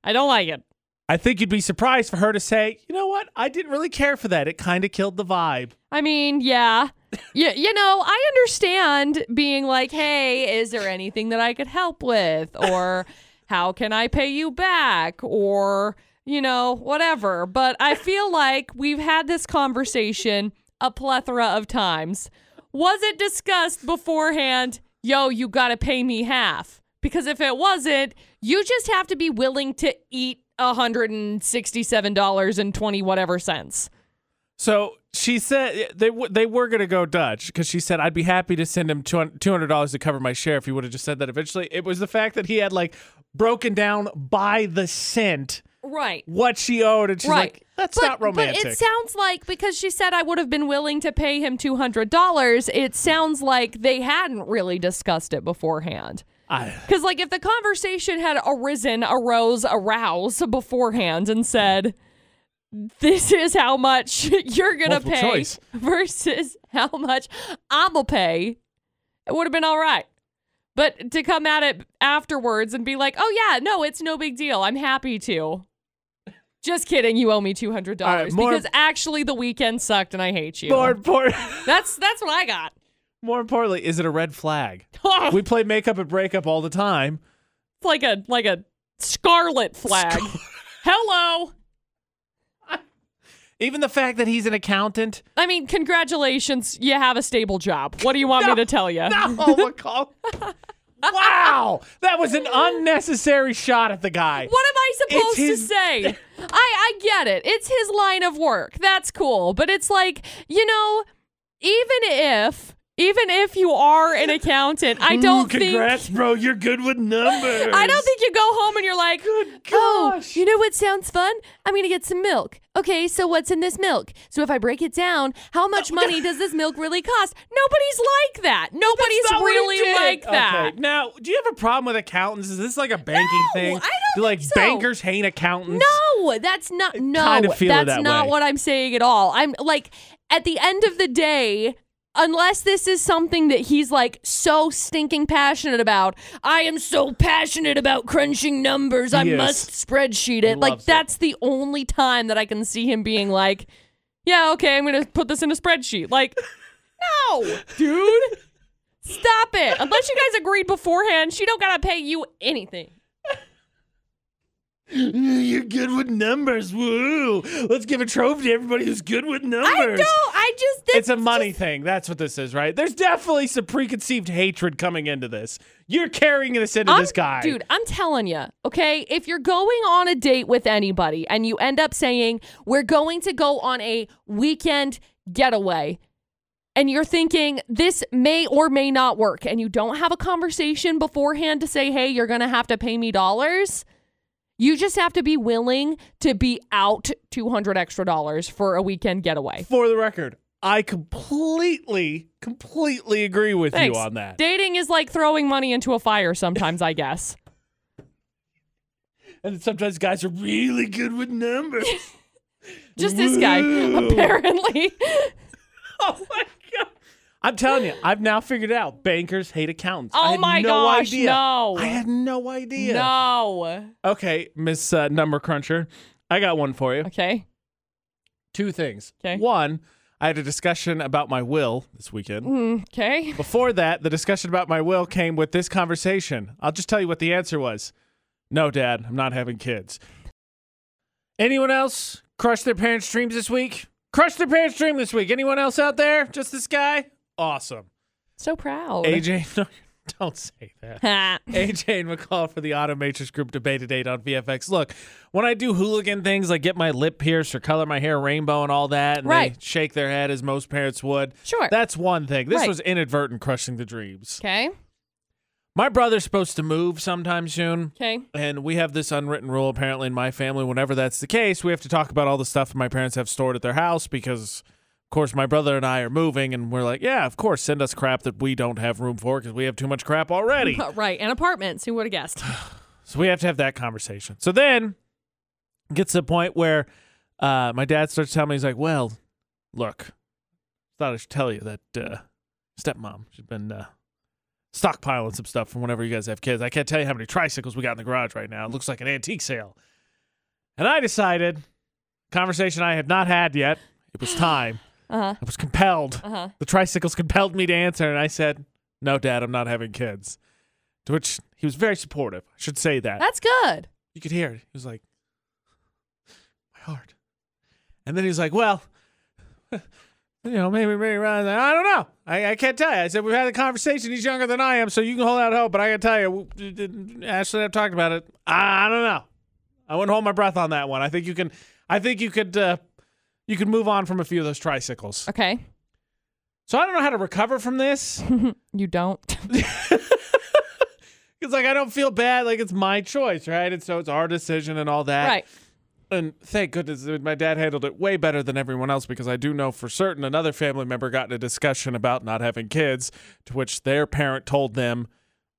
Speaker 2: I don't like it.
Speaker 1: I think you'd be surprised for her to say, "You know what? I didn't really care for that. It kind of killed the vibe."
Speaker 2: I mean, yeah. You, you know, I understand being like, hey, is there anything that I could help with? Or how can I pay you back? Or, you know, whatever. But I feel like we've had this conversation a plethora of times. Was it discussed beforehand? Yo, you got to pay me half. Because if it wasn't, you just have to be willing to eat $167.20 whatever cents.
Speaker 1: So she said they w- they were gonna go Dutch because she said I'd be happy to send him two hundred dollars to cover my share if he would have just said that. Eventually, it was the fact that he had like broken down by the cent
Speaker 2: Right.
Speaker 1: what she owed, and she's
Speaker 2: right.
Speaker 1: like, "That's
Speaker 2: But-
Speaker 1: not romantic."
Speaker 2: But it sounds like because she said I would have been willing to pay him two hundred dollars, it sounds like they hadn't really discussed it beforehand.
Speaker 1: I-
Speaker 2: Because like if the conversation had arisen, arose, aroused beforehand and said, This is how much you're gonna
Speaker 1: Multiple
Speaker 2: pay
Speaker 1: choice.
Speaker 2: versus how much I'ma pay, it would have been all right. But to come at it afterwards and be like, oh, yeah, no, it's no big deal. I'm happy to. Just kidding. You owe me $200
Speaker 1: All right, more-
Speaker 2: because actually the weekend sucked and I hate you.
Speaker 1: more important,
Speaker 2: That's that's what I got.
Speaker 1: more importantly, is it a red flag?
Speaker 2: Oh,
Speaker 1: we play makeup and breakup all the time.
Speaker 2: it's like a like a scarlet flag. Hello.
Speaker 1: Even the fact that he's an accountant.
Speaker 2: I mean, congratulations. You have a stable job. What do you want me to tell you?
Speaker 1: No, McCall. wow, that was an unnecessary shot at the guy.
Speaker 2: What am I supposed
Speaker 1: his-
Speaker 2: to say? I I get it. It's his line of work. That's cool. But it's like, you know, even if even if you are an accountant, I don't think
Speaker 1: Mm, congrats, bro. You're good with numbers.
Speaker 2: I don't think you go home and you're like,
Speaker 1: Good
Speaker 2: "Oh,
Speaker 1: gosh.
Speaker 2: you know what sounds fun? I'm going to get some milk." Okay, so what's in this milk? So if I break it down, how much money does this milk really cost? Nobody's like that. Nobody's
Speaker 1: That's not what he
Speaker 2: really
Speaker 1: did.
Speaker 2: like that.
Speaker 1: Okay. Now, do you have a problem with accountants? Is this like a banking
Speaker 2: No,
Speaker 1: thing?
Speaker 2: I don't
Speaker 1: do like
Speaker 2: think so.
Speaker 1: bankers hate accountants?
Speaker 2: No, that's not. No,
Speaker 1: kinda feel it
Speaker 2: that's
Speaker 1: that
Speaker 2: not
Speaker 1: way.
Speaker 2: what I'm saying at all. I'm like, at the end of the day, unless this is something that he's like so stinking passionate about, I am so passionate about crunching numbers. I
Speaker 1: Yes.
Speaker 2: must spreadsheet it. Like
Speaker 1: loves it.
Speaker 2: that's the only time that I can see him being like, yeah, okay, I'm gonna put this in a spreadsheet. Like, no, dude. Stop it. Unless you guys agreed beforehand, she don't gotta pay you anything.
Speaker 1: You're good with numbers. Woo! Let's give a trophy to everybody who's good with numbers.
Speaker 2: I don't I just
Speaker 1: It's a money thing. That's what this is, right? There's definitely some preconceived hatred coming into this. You're carrying this into
Speaker 2: I'm-
Speaker 1: this guy.
Speaker 2: Dude, I'm telling you, okay? If you're going on a date with anybody and you end up saying, we're going to go on a weekend getaway, and you're thinking, this may or may not work, and you don't have a conversation beforehand to say, hey, you're going to have to pay me dollars. You just have to be willing to be out 200 extra dollars for a weekend getaway.
Speaker 1: For the record, I completely, completely agree with
Speaker 2: Thanks.
Speaker 1: you on that.
Speaker 2: Dating is like throwing money into a fire sometimes, I guess.
Speaker 1: and sometimes guys are really good with numbers.
Speaker 2: Just this guy,
Speaker 1: Woo.
Speaker 2: apparently.
Speaker 1: oh my god! I'm telling you, I've now figured it out. Bankers hate accountants.
Speaker 2: Oh
Speaker 1: I had
Speaker 2: my
Speaker 1: no
Speaker 2: gosh,
Speaker 1: idea.
Speaker 2: no.
Speaker 1: I had no idea.
Speaker 2: No.
Speaker 1: Okay, Miss uh, Number Cruncher, I got one for you.
Speaker 2: Okay.
Speaker 1: Two things.
Speaker 2: 'Kay.
Speaker 1: One, I had a discussion about my will this weekend.
Speaker 2: Hmm. Okay.
Speaker 1: Before that, the discussion about my will came with this conversation. I'll just tell you what the answer was. No, Dad, I'm not having kids. Anyone else crush their parents' dreams this week? Crush their parents' dream this week. Anyone else out there? Just this guy? Awesome.
Speaker 2: So proud.
Speaker 1: AJ, no, don't say that.
Speaker 2: Ha.
Speaker 1: AJ and McCall for the Automatrix Group debate date on VFX. Look, when I do hooligan things like get my lip pierced or color my hair rainbow and all that, and
Speaker 2: Right.
Speaker 1: they shake their head as most parents would,
Speaker 2: Sure.
Speaker 1: that's one thing. This
Speaker 2: Right.
Speaker 1: was inadvertent crushing the dreams.
Speaker 2: Okay.
Speaker 1: My brother's supposed to move sometime soon.
Speaker 2: Okay.
Speaker 1: And we have this unwritten rule apparently in my family. Whenever that's the case, we have to talk about all the stuff my parents have stored at their house because, of course, my brother and I are moving, and we're like, yeah, of course, send us crap that we don't have room for because we have too much crap already.
Speaker 2: Right. And apartments. Who would have guessed?
Speaker 1: So we have to have that conversation. So then it gets to the point where uh, my dad starts telling me, he's like, well, look, thought I should tell you that uh, stepmom, she's been uh, stockpiling some stuff from whenever you guys have kids. I can't tell you how many tricycles we got in the garage right now. It looks like an antique sale. And I decided, conversation I had not had yet, it was time.
Speaker 2: Uh huh.
Speaker 1: I was compelled
Speaker 2: Uh huh.
Speaker 1: the tricycles compelled me to answer, and I said, "No, Dad, I'm not having kids." To which he was very supportive. I should say that
Speaker 2: That's good.
Speaker 1: you could hear it. He was like, "My heart," and then he was like, "Well, you know, maybe maybe Ryan's like, I don't know. I, I can't tell you." I said, "We've had a conversation. He's younger than I am, so you can hold out hope." But I gotta tell you, we- Ashley and I've talked about it. I, I don't know. I wouldn't hold my breath on that one. I think you can. I think you could. Uh, you could move on from a few of those tricycles.
Speaker 2: Okay.
Speaker 1: So I don't know how to recover from this.
Speaker 2: You don't.
Speaker 1: It's like I don't feel bad. Like it's my choice, right? And so it's our decision and all that.
Speaker 2: right.
Speaker 1: And thank goodness that my dad handled it way better than everyone else because I do know for certain another family member got in a discussion about not having kids, to which their parent told them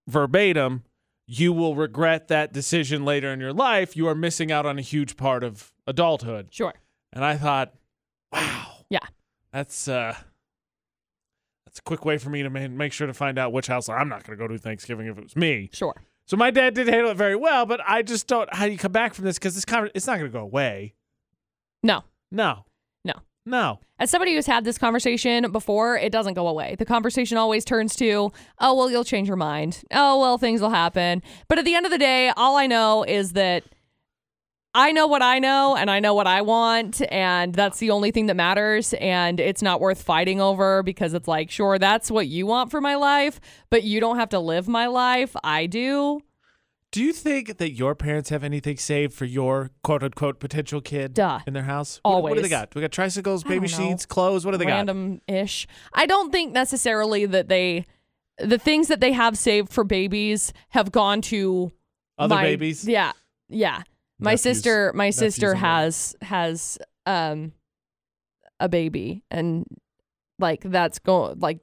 Speaker 1: verbatim, "You will regret that decision later in your life. You are missing out on a huge part of adulthood."
Speaker 2: Sure.
Speaker 1: And I thought, wow.
Speaker 2: Yeah.
Speaker 1: That's uh that's a quick way for me to ma- make sure to find out which house I'm not going to go to Thanksgiving if it was me.
Speaker 2: Sure.
Speaker 1: So my dad did handle it very well, but I just don't how do you come back from this cuz this conver- it's not going to go away.
Speaker 2: No.
Speaker 1: No.
Speaker 2: No.
Speaker 1: No.
Speaker 2: As somebody who's had this conversation before, it doesn't go away. The conversation always turns to, oh, well, you'll change your mind. Oh, well, things will happen. But at the end of the day, all I know is that I know what I know and I know what I want. And that's the only thing that matters. And it's not worth fighting over because it's like, sure, that's what you want for my life, but you don't have to live my life. I do.
Speaker 1: Do you think that your parents have anything saved for your quote unquote potential kid
Speaker 2: Duh.
Speaker 1: in their house? What- What, do they
Speaker 2: Always.
Speaker 1: got? Do we got tricycles,
Speaker 2: don't
Speaker 1: baby
Speaker 2: know.
Speaker 1: sheets, clothes? What do they got?
Speaker 2: random ish. I don't think necessarily that they, the things that they have saved for babies have gone to
Speaker 1: Other
Speaker 2: my-
Speaker 1: babies?
Speaker 2: Yeah, yeah. My
Speaker 1: Nephews.
Speaker 2: sister, my
Speaker 1: Nephews
Speaker 2: sister
Speaker 1: and all.
Speaker 2: has has um a baby, and like that's go like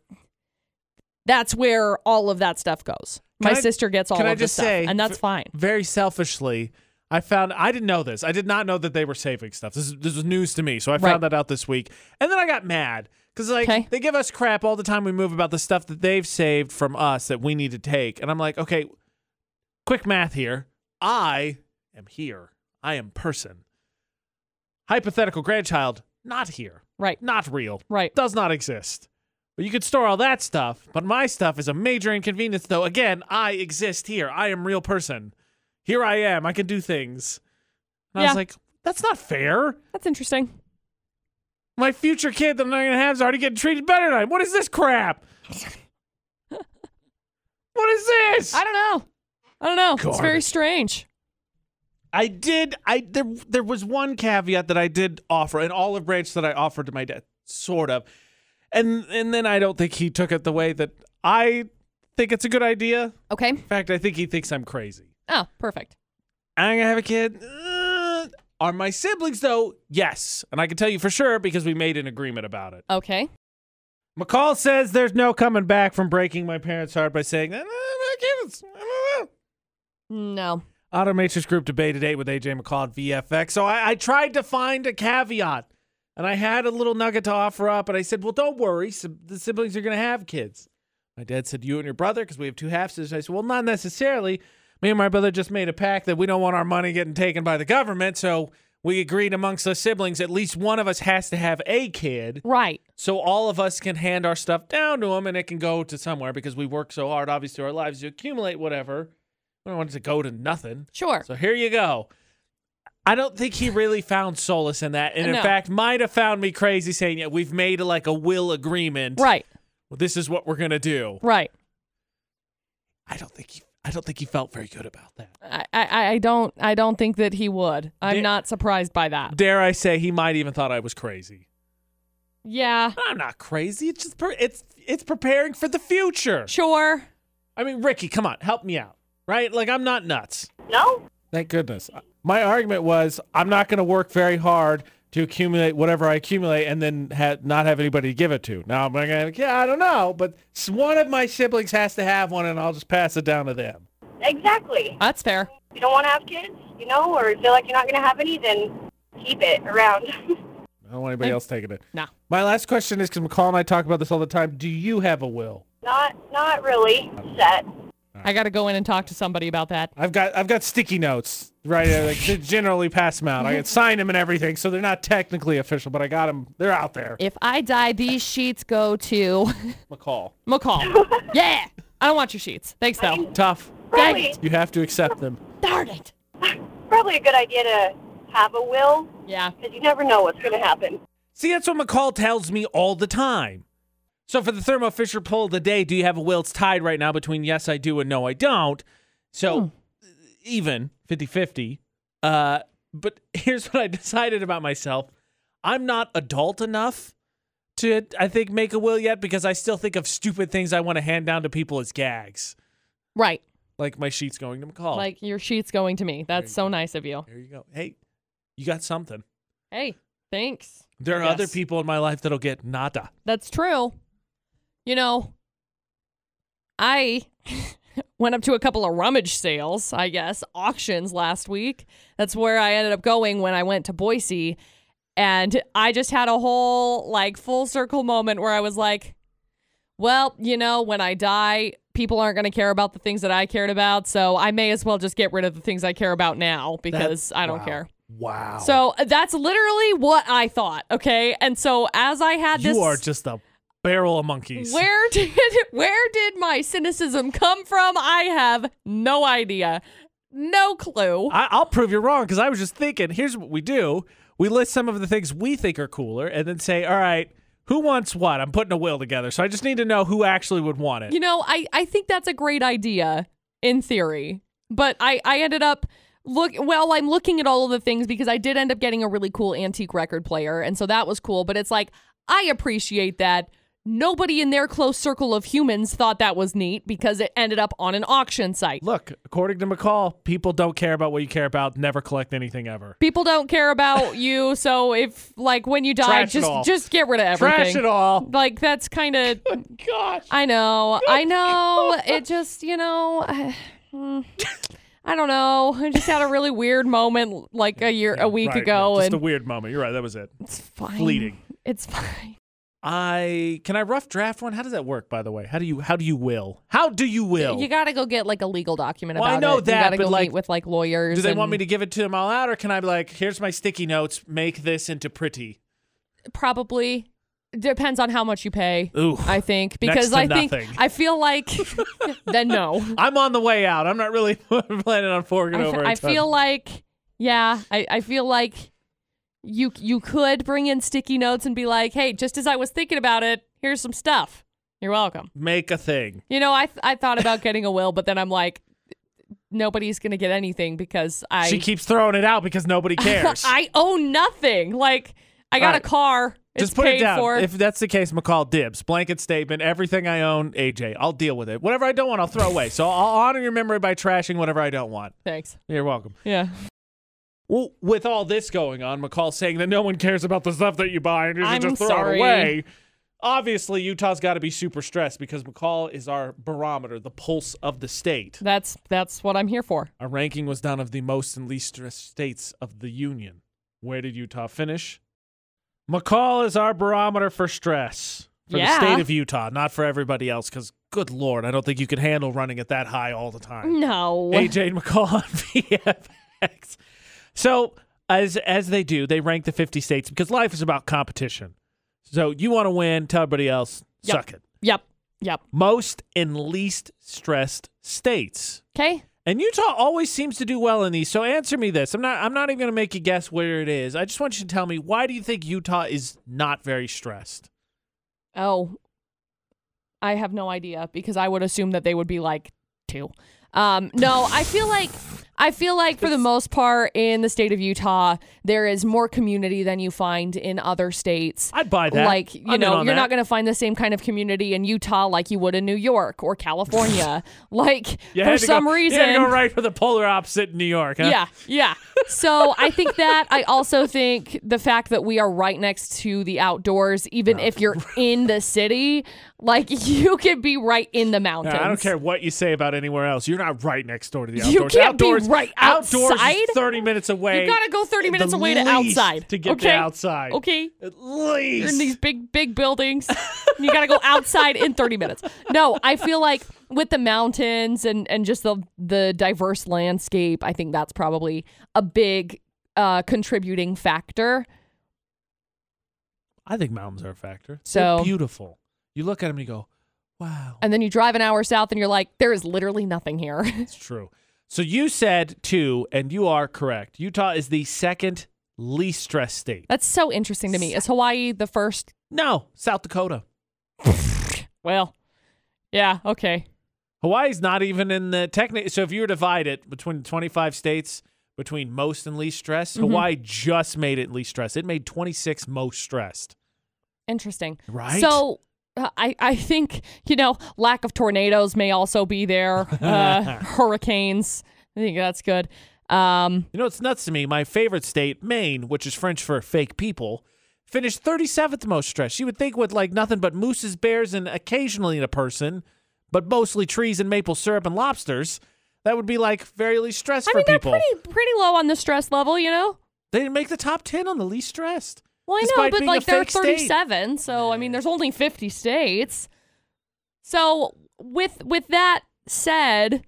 Speaker 2: that's where all of that stuff goes. My
Speaker 1: Can I-
Speaker 2: sister gets all
Speaker 1: can
Speaker 2: of
Speaker 1: I
Speaker 2: this
Speaker 1: just
Speaker 2: stuff,
Speaker 1: say-
Speaker 2: and that's fine.
Speaker 1: very selfishly, I found I didn't know this. I did not know that they were saving stuff. This is, this was news to me, so I
Speaker 2: Right.
Speaker 1: found that out this week. And then I got mad because like
Speaker 2: 'Kay.
Speaker 1: they give us crap all the time we move about the stuff that they've saved from us that we need to take. And I'm like, okay, quick math here. I am here. I am person. Hypothetical grandchild, not here,
Speaker 2: Right,
Speaker 1: not real,
Speaker 2: right.
Speaker 1: does not exist. But you could store all that stuff, but my stuff is a major inconvenience, though. Again, I exist here. I am real person. Here I am. I can do things. And I
Speaker 2: Yeah.
Speaker 1: was like, that's not fair.
Speaker 2: That's interesting.
Speaker 1: My future kid that I'm not going to have is already getting treated better than I am. What is this crap? what is this?
Speaker 2: I don't know. I don't know. It's very
Speaker 1: Garbage.
Speaker 2: strange.
Speaker 1: I did. I there. There was one caveat that I did offer, an olive branch that I offered to my dad, sort of, and and then I don't think he took it the way that I think it's a good idea.
Speaker 2: Okay.
Speaker 1: In fact, I think he thinks I'm crazy.
Speaker 2: Oh, perfect.
Speaker 1: I'm gonna have a kid. Uh, are my siblings though? Yes, and I can tell you for sure because we made an agreement about it.
Speaker 2: Okay.
Speaker 1: McCall says there's no coming back from breaking my parents' heart by saying, "I don't have kids. I don't know."
Speaker 2: No.
Speaker 1: Automatrix Group debate today with AJ McCall at VFX. So I, I tried to find a caveat, and I had a little nugget to offer up, and I said, "Well, don't worry, sib- the siblings are going to have kids." My dad said, "You and your brother, because we have two half sisters." I said, "Well, not necessarily. Me and my brother just made a pact that we don't want our money getting taken by the government, so we agreed amongst us siblings at least one of us has to have a kid
Speaker 2: Right.
Speaker 1: so all of us can hand our stuff down to them and it can go to somewhere because we work so hard obviously our lives to accumulate whatever we don't want it to go to nothing
Speaker 2: Sure.
Speaker 1: so here you go i don't think he really found solace in that and in
Speaker 2: No.
Speaker 1: fact might have found me crazy saying yeah we've made like a will agreement
Speaker 2: right.
Speaker 1: well, this is what we're gonna do
Speaker 2: Right.
Speaker 1: i don't think he i don't think he felt very good about that
Speaker 2: I, I, I don't I don't think that he would. I'm
Speaker 1: Did-
Speaker 2: not surprised by that.
Speaker 1: dare i say he might even thought i was crazy
Speaker 2: Yeah.
Speaker 1: i'm not crazy it's just pre- it's it's preparing for the future
Speaker 2: Sure.
Speaker 1: i mean ricky come on help me out right like i'm not nuts
Speaker 3: No?
Speaker 4: Thank goodness. My argument was I'm not going to work very hard to accumulate whatever I accumulate and then ha- not have anybody to give it to. Now I'm going to, yeah, I don't know, but s- one of my siblings has to have one and I'll just pass it down to them.
Speaker 3: Exactly.
Speaker 2: That's fair.
Speaker 3: You don't want to have kids, you know, or feel like you're not going to have any, then keep it around.
Speaker 4: I don't want anybody else taking it.
Speaker 2: No.
Speaker 4: My last question is because McCall and I talk about this all the time. Do you have a will?
Speaker 3: not not really set.
Speaker 2: I got to go in and talk to somebody about that.
Speaker 4: I've got I've got sticky notes right there. Like, they generally pass them out. I had signed them and everything, so they're not technically official, but I got them. They're out there.
Speaker 2: If I die, these sheets go to
Speaker 4: McCall,
Speaker 2: McCall. yeah. I don't want your sheets. Thanks though.
Speaker 4: tough.
Speaker 3: Probably
Speaker 4: You have to accept them.
Speaker 2: Darn it.
Speaker 3: probably a good idea to have a will
Speaker 2: Yeah.
Speaker 3: because you never know what's going to happen.
Speaker 1: See, that's what McCall tells me all the time. So for the Thermo Fisher poll of the day, do you have a will? It's tied right now between yes, I do and no, I don't. So
Speaker 2: Hmm.
Speaker 1: even 50 50. Uh, but here's what I decided about myself I'm not adult enough to, I think, make a will yet because I still think of stupid things I want to hand down to people as gags,
Speaker 2: Right.
Speaker 1: like my sheets going to McCall.
Speaker 2: Like your sheets going to me. That's so nice of you.
Speaker 1: Oh. there you go. Hey, you got something.
Speaker 2: Hey, thanks.
Speaker 1: There are other
Speaker 2: Yes.
Speaker 1: people in my life that'll get nada.
Speaker 2: That's true. You know, I went up to a couple of rummage sales, I guess, auctions last week. That's where I ended up going when I went to Boise. And I just had a whole like full circle moment where I was like, well, you know, when I die, people aren't going to care about the things that I cared about. So I may as well just get rid of the things I care about now because I don't care.
Speaker 1: Wow.
Speaker 2: So that's literally what I thought. Okay. And so as I had this.
Speaker 1: You are just a barrel of monkeys.
Speaker 2: Where did where did my cynicism come from? I have no idea. No clue.
Speaker 1: I, I'll prove you wrong because I was just thinking. Here's what we do: we list some of the things we think are cooler, and then say, "All right, who wants what?" I'm putting a will together, so I just need to know who actually would want it.
Speaker 2: You know, I, I think that's a great idea in theory. But I, I ended up look well, I'm looking at all of the things because I did end up getting a really cool antique record player, and so that was cool. But it's like I appreciate that. Nobody in their close circle of humans thought that was neat because it ended up on an auction site.
Speaker 1: Look, according to McCall, people don't care about what you care about. Never collect anything ever.
Speaker 2: People don't care about you, so if like when you die,
Speaker 1: Trash it
Speaker 2: just
Speaker 1: all.
Speaker 2: just get rid of everything.
Speaker 1: Trash it all.
Speaker 2: Like that's kind of
Speaker 4: Gosh.
Speaker 2: I know. I know. It just, you know, I, mm, I don't know. I just had a really weird moment like a year a week
Speaker 1: Right,
Speaker 2: ago
Speaker 1: Just
Speaker 2: and
Speaker 1: a weird moment. You're right. That was it.
Speaker 2: it's fine.
Speaker 1: fleeting.
Speaker 2: It's fine.
Speaker 1: I can I rough draft one. How does that work? By the way, how do you how do you will? How do you will?
Speaker 2: You got to go get like a legal document
Speaker 1: Well, I
Speaker 2: about
Speaker 1: know
Speaker 2: it.
Speaker 1: that,
Speaker 2: you got to
Speaker 1: but,
Speaker 2: go
Speaker 1: like,
Speaker 2: meet with like lawyers.
Speaker 1: do they want me to give it to them all out, or can I be like, here's my sticky notes, make this into pretty?
Speaker 2: probably depends on how much you pay?
Speaker 1: Ooh.
Speaker 2: I think because
Speaker 1: to
Speaker 2: I think
Speaker 1: nothing.
Speaker 2: I feel like then no.
Speaker 1: I'm on the way out. I'm not really planning on forking
Speaker 2: I f-
Speaker 1: over. a
Speaker 2: I
Speaker 1: ton.
Speaker 2: feel like, yeah, I, I feel like you you could bring in sticky notes and be like, hey, just as I was thinking about it, here's some stuff. You're welcome.
Speaker 1: make a thing.
Speaker 2: You know, I th- I thought about getting a will, but then I'm like, nobody's gonna get anything because I
Speaker 1: she keeps throwing it out because nobody cares.
Speaker 2: I own nothing. Like I got
Speaker 1: All right.
Speaker 2: a car.
Speaker 1: Just
Speaker 2: it's
Speaker 1: put
Speaker 2: paid
Speaker 1: it down.
Speaker 2: for.
Speaker 1: If that's the case, McCall dibs. Blanket statement. Everything I own, AJ. I'll deal with it. Whatever I don't want, I'll throw away. So I'll honor your memory by trashing whatever I don't want.
Speaker 2: Thanks.
Speaker 1: You're welcome.
Speaker 2: Yeah.
Speaker 1: Well, with all this going on, McCall saying that no one cares about the stuff that you buy and you should
Speaker 2: I'm
Speaker 1: just throw
Speaker 2: sorry.
Speaker 1: it away. Obviously, Utah's got to be super stressed because McCall is our barometer, the pulse of the state.
Speaker 2: That's that's what I'm here for.
Speaker 1: Our ranking was done of the most and least stressed states of the union. Where did Utah finish? McCall is our barometer for stress for
Speaker 2: Yeah.
Speaker 1: the state of Utah, not for everybody else, because good lord, I don't think you could handle running at that high all the time.
Speaker 2: No.
Speaker 1: AJ and McCall on VFX. So as as they do, they rank the 50 states because life is about competition. So you want to win, tell everybody else,
Speaker 2: Yep.
Speaker 1: suck it.
Speaker 2: Yep. Yep.
Speaker 1: Most and least stressed states.
Speaker 2: Okay.
Speaker 1: And Utah always seems to do well in these. So answer me this. I'm not I'm not even going to make you guess where it is. I just want you to tell me why do you think Utah is not very stressed?
Speaker 2: Oh, I have no idea because I would assume that they would be like two. Um, no, I feel like I feel like for the most part in the state of Utah, there is more community than you find in other states.
Speaker 1: I'd buy that.
Speaker 2: Like you
Speaker 1: I'm in
Speaker 2: know,
Speaker 1: on
Speaker 2: you're
Speaker 1: that.
Speaker 2: not going to find the same kind of community in Utah like you would in New York or California. like
Speaker 1: You
Speaker 2: for
Speaker 1: had to
Speaker 2: some
Speaker 1: go,
Speaker 2: reason,
Speaker 1: You had to go right for the polar opposite in New York, huh?
Speaker 2: yeah, yeah. So I think that I also think the fact that we are right next to the outdoors, even if you're in the city, like you could be right in the mountains.
Speaker 1: I don't care what you say about anywhere else. You're not right next door to the
Speaker 2: You
Speaker 1: outdoors.
Speaker 2: can't be
Speaker 1: outdoors,
Speaker 2: right
Speaker 1: outdoors is
Speaker 2: outside.
Speaker 1: Thirty minutes away.
Speaker 2: You gotta go 30
Speaker 1: at
Speaker 2: minutes
Speaker 1: the
Speaker 2: away to
Speaker 1: least
Speaker 2: outside
Speaker 1: to get
Speaker 2: okay?
Speaker 1: to outside.
Speaker 2: Okay.
Speaker 1: At
Speaker 2: You're
Speaker 1: least.
Speaker 2: in these big, big buildings. and you gotta go outside in 30 minutes. No, I feel like with the mountains and and just the the diverse landscape, I think that's probably a big uh, contributing factor.
Speaker 1: I think mountains are a factor.
Speaker 2: So-
Speaker 1: They're beautiful. You look at them and you go, "Wow,
Speaker 2: And then you drive an hour south and you're like, there is literally nothing here.
Speaker 1: it's true." So you said two, and you are correct. Utah is the second least stressed state.
Speaker 2: That's so interesting to me. Is Hawaii the first?
Speaker 1: No, South Dakota.
Speaker 2: Well, yeah, okay.
Speaker 1: Hawaii's not even in the technic. So if you were to divide it between 25 states, between most and least stress, Hawaii just made it least stressed. It made 26 most stressed.
Speaker 2: Interesting.
Speaker 1: Right?
Speaker 2: So uh, I, I think, you know, lack of tornadoes may also be there, uh, hurricanes. I think that's good. Um,
Speaker 1: You know, it's nuts to me. My favorite state, Maine, which is French for fake people, finished 37th most stressed. You would think with like nothing but mooses, bears, and occasionally a person, but mostly trees and maple syrup and lobsters. That would be like very least stressed
Speaker 2: I
Speaker 1: for
Speaker 2: mean, they're
Speaker 1: people.
Speaker 2: pretty, pretty low on the stress level, you know?
Speaker 1: They didn't make the top 10 on the least stressed.
Speaker 2: Well, I know,
Speaker 1: Despite
Speaker 2: but
Speaker 1: being
Speaker 2: like
Speaker 1: a
Speaker 2: there are
Speaker 1: fake state.
Speaker 2: 37, so I mean, there's only 50 states. So with with that said,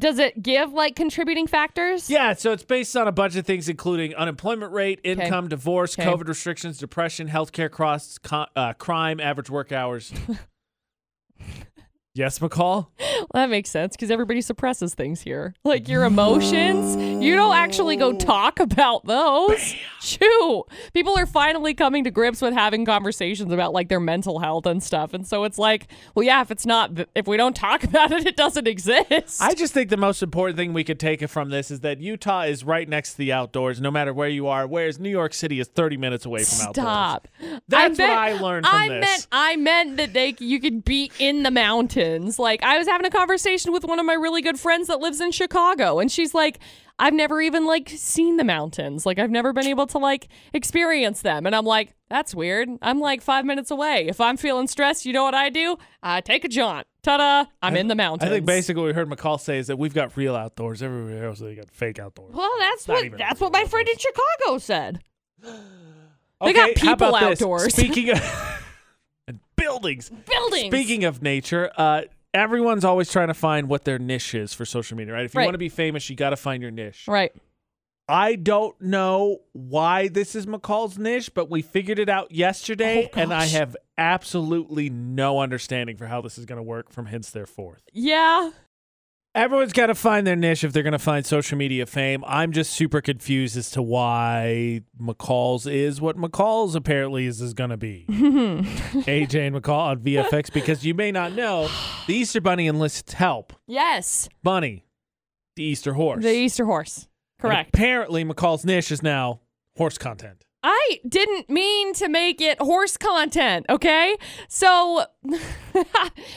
Speaker 2: does it give like contributing factors?
Speaker 1: Yeah, so it's based on a bunch of things, including unemployment rate, income, divorce,
Speaker 2: Okay.
Speaker 1: COVID restrictions, depression, healthcare costs, co- uh, crime, average work hours. yes, McCall.
Speaker 2: Well, that makes sense because everybody suppresses things here, like your emotions. You don't actually go talk about those. Shoo! People are finally coming to grips with having conversations about like their mental health and stuff, and so it's like, well, yeah, if it's not, if we don't talk about it, it doesn't exist.
Speaker 1: I just think the most important thing we could take from this is that Utah is right next to the outdoors, no matter where you are. Whereas New York City is 30 minutes away from outdoors.
Speaker 2: Stop.
Speaker 1: That's what I learned from
Speaker 2: I
Speaker 1: this.
Speaker 2: meant I meant that they you could be in the mountains. Like I was having a conversation with one of my really good friends that lives in Chicago and she's like I've never even like seen the mountains. Like I've never been able to like experience them and I'm like that's weird. I'm like 5 minutes away. If I'm feeling stressed, you know what I do? I take a jaunt. Ta-da. I'm in the mountains.
Speaker 1: I think basically what we heard McCall say is that we've got real outdoors. Everywhere else, they got fake outdoors.
Speaker 2: Well, that's
Speaker 1: not
Speaker 2: what
Speaker 1: even
Speaker 2: that's what my friend in Chicago said.
Speaker 1: They
Speaker 2: got people outdoors.
Speaker 1: Speaking of and buildings.
Speaker 2: Buildings.
Speaker 1: Speaking of nature, uh, everyone's always trying to find what their niche is for social media, right? If you
Speaker 2: Right.
Speaker 1: want to be famous, you got to find your niche.
Speaker 2: Right.
Speaker 1: I don't know why this is McCall's niche, but we figured it out yesterday,
Speaker 2: Oh,
Speaker 1: and I
Speaker 2: gosh.
Speaker 1: have absolutely no understanding for how this is going to work from hence thereforth.
Speaker 2: Yeah.
Speaker 1: Everyone's got to find their niche if they're going to find social media fame. I'm just super confused as to why McCall's is what McCall's apparently is, is going to be. AJ and McCall on VFX because you may not know the Easter Bunny enlists help.
Speaker 2: Yes.
Speaker 1: Bunny, the Easter horse.
Speaker 2: The Easter horse.
Speaker 1: And
Speaker 2: Correct.
Speaker 1: apparently, McCall's niche is now horse content.
Speaker 2: I didn't mean to make it horse content, okay? So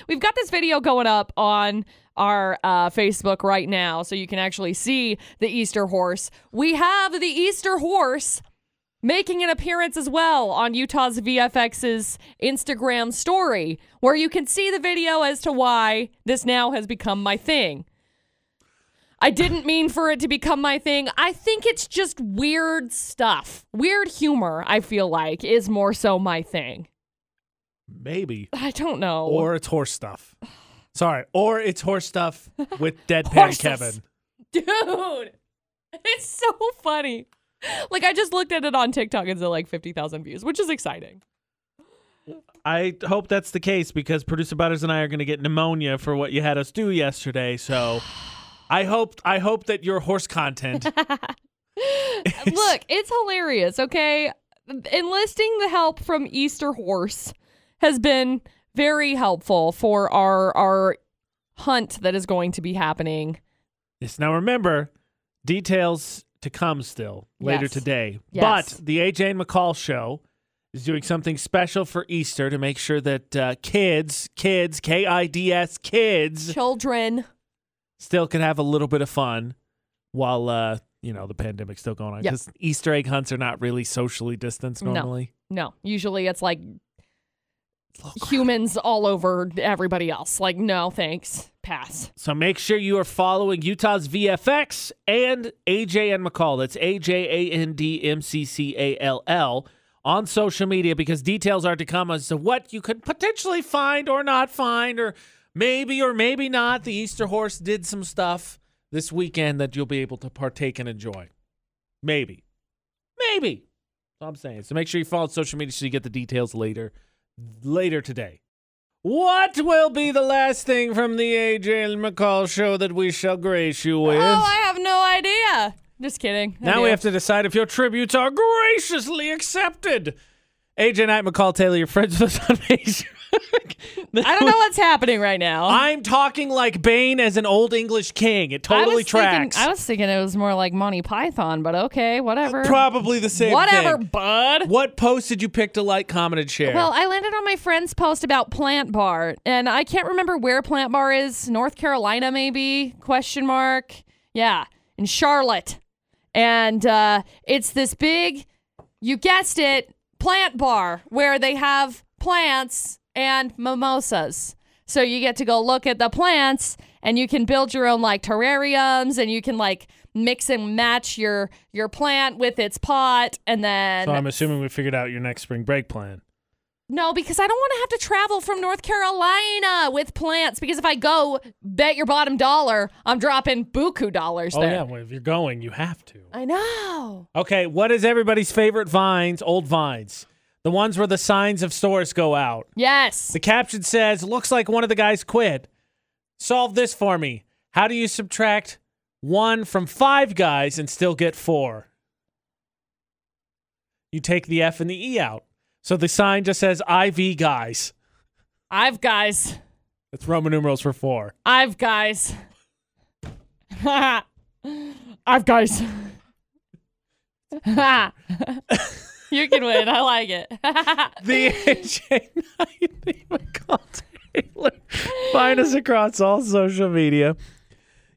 Speaker 2: we've got this video going up on our uh, Facebook right now, so you can actually see the Easter horse. We have the Easter horse making an appearance as well on Utah's VFX's Instagram story, where you can see the video as to why this now has become my thing. I didn't mean for it to become my thing. I think it's just weird stuff. Weird humor, I feel like, is more so my thing.
Speaker 1: Maybe.
Speaker 2: I don't know.
Speaker 1: Or it's horse stuff. Sorry. Or it's horse stuff with deadpan
Speaker 2: Horses.
Speaker 1: Kevin.
Speaker 2: Dude, it's so funny. Like I just looked at it on TikTok and it's at like 50,000 views, which is exciting.
Speaker 1: I hope that's the case because producer Butters and I are going to get pneumonia for what you had us do yesterday. So I hope I hope that your horse content.
Speaker 2: Look, it's hilarious, okay? Enlisting the help from Easter Horse has been very helpful for our our hunt that is going to be happening.
Speaker 1: Yes, now remember, details to come still later
Speaker 2: Yes.
Speaker 1: today.
Speaker 2: Yes.
Speaker 1: But the AJ and McCall show is doing something special for Easter to make sure that uh, kids, kids, K I D S, kids,
Speaker 2: Children,
Speaker 1: still can have a little bit of fun while uh, you know the pandemic's still going on.
Speaker 2: Yep.
Speaker 1: Because Easter egg hunts are not really socially distanced
Speaker 2: No.
Speaker 1: normally.
Speaker 2: no. Usually it's like humans all over everybody else. Like no, thanks. Pass.
Speaker 1: So make sure you are following Utah's VFX and AJ and McCall. That's A J A N D M C C A L L on social media because details are to come as to what you could potentially find or not find, or maybe or maybe not. The Easter horse did some stuff this weekend that you'll be able to partake and enjoy. Maybe. Maybe. That's what I'm saying. So make sure you follow social media so you get the details later later today. What will be the last thing from the AJ and McCall show that we shall grace you with?
Speaker 2: Oh, I have no idea. Just kidding. I
Speaker 1: now
Speaker 2: do.
Speaker 1: we have to decide if your tributes are graciously accepted. AJ Knight, McCall Taylor, your friends with us on Facebook.
Speaker 2: I don't know what's happening right now.
Speaker 1: I'm talking like Bane as an old English king. It totally
Speaker 2: I was
Speaker 1: tracks.
Speaker 2: Thinking, I was thinking it was more like Monty Python, but okay, whatever.
Speaker 1: Probably the same
Speaker 2: whatever,
Speaker 1: thing.
Speaker 2: bud.
Speaker 1: What post did you pick to like, comment, and share?
Speaker 2: Well, I landed on my friend's post about Plant Bar, and I can't remember where Plant Bar is. North Carolina, maybe? Question mark. Yeah, in Charlotte, and uh, it's this big. You guessed it, Plant Bar, where they have plants and mimosas. So you get to go look at the plants and you can build your own like terrariums and you can like mix and match your your plant with its pot and then
Speaker 5: So I'm assuming we figured out your next spring break plan.
Speaker 2: no, because I don't want to have to travel from North Carolina with plants. Because if I go, bet your bottom dollar, I'm dropping buku dollars
Speaker 5: Oh
Speaker 2: there.
Speaker 5: yeah, well, if you're going, you have to.
Speaker 2: I know.
Speaker 1: Okay, what is everybody's favorite vines? Old vines. The ones where the signs of stores go out.
Speaker 2: Yes.
Speaker 1: The caption says, Looks like one of the guys quit. Solve this for me. How do you subtract one from five guys and still get four? You take the F and the E out. So the sign just says IV guys.
Speaker 2: I've guys.
Speaker 1: That's Roman numerals for four.
Speaker 2: I've guys. I've guys. you can win. I like it.
Speaker 1: The AJ Knight, the McCall Taylor. Find us across all social media.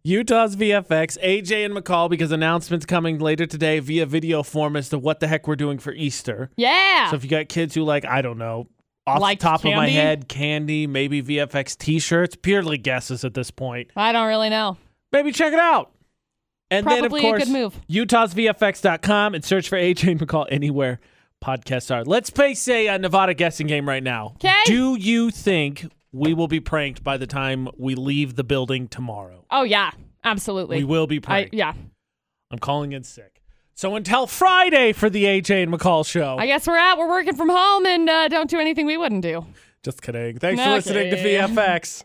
Speaker 1: Utah's VFX, AJ and McCall, because announcements coming later today via video form as to what the heck we're doing for Easter.
Speaker 2: yeah.
Speaker 1: So if you got kids who like, I don't know, off
Speaker 2: Like
Speaker 1: the top of my
Speaker 2: candy?
Speaker 1: head, candy, maybe VFX t-shirts, purely guesses at this point.
Speaker 2: I don't really know.
Speaker 1: Maybe check it out. And
Speaker 2: Probably a
Speaker 1: then of course,
Speaker 2: good move.
Speaker 1: utahsvfx.com and search for AJ McCall anywhere podcasts are. Let's play say a Nevada guessing game right now.
Speaker 2: 'Kay.
Speaker 1: Do you think we will be pranked by the time we leave the building tomorrow?
Speaker 2: Oh yeah, absolutely.
Speaker 1: We will be
Speaker 2: I
Speaker 1: pranked.
Speaker 2: yeah.
Speaker 1: I'm calling in sick. So until Friday for the AJ and McCall show.
Speaker 2: I guess we're out. We're working from home and uh, don't do anything we wouldn't do.
Speaker 1: Just kidding. Thanks
Speaker 2: Okay.
Speaker 1: for listening to VFX.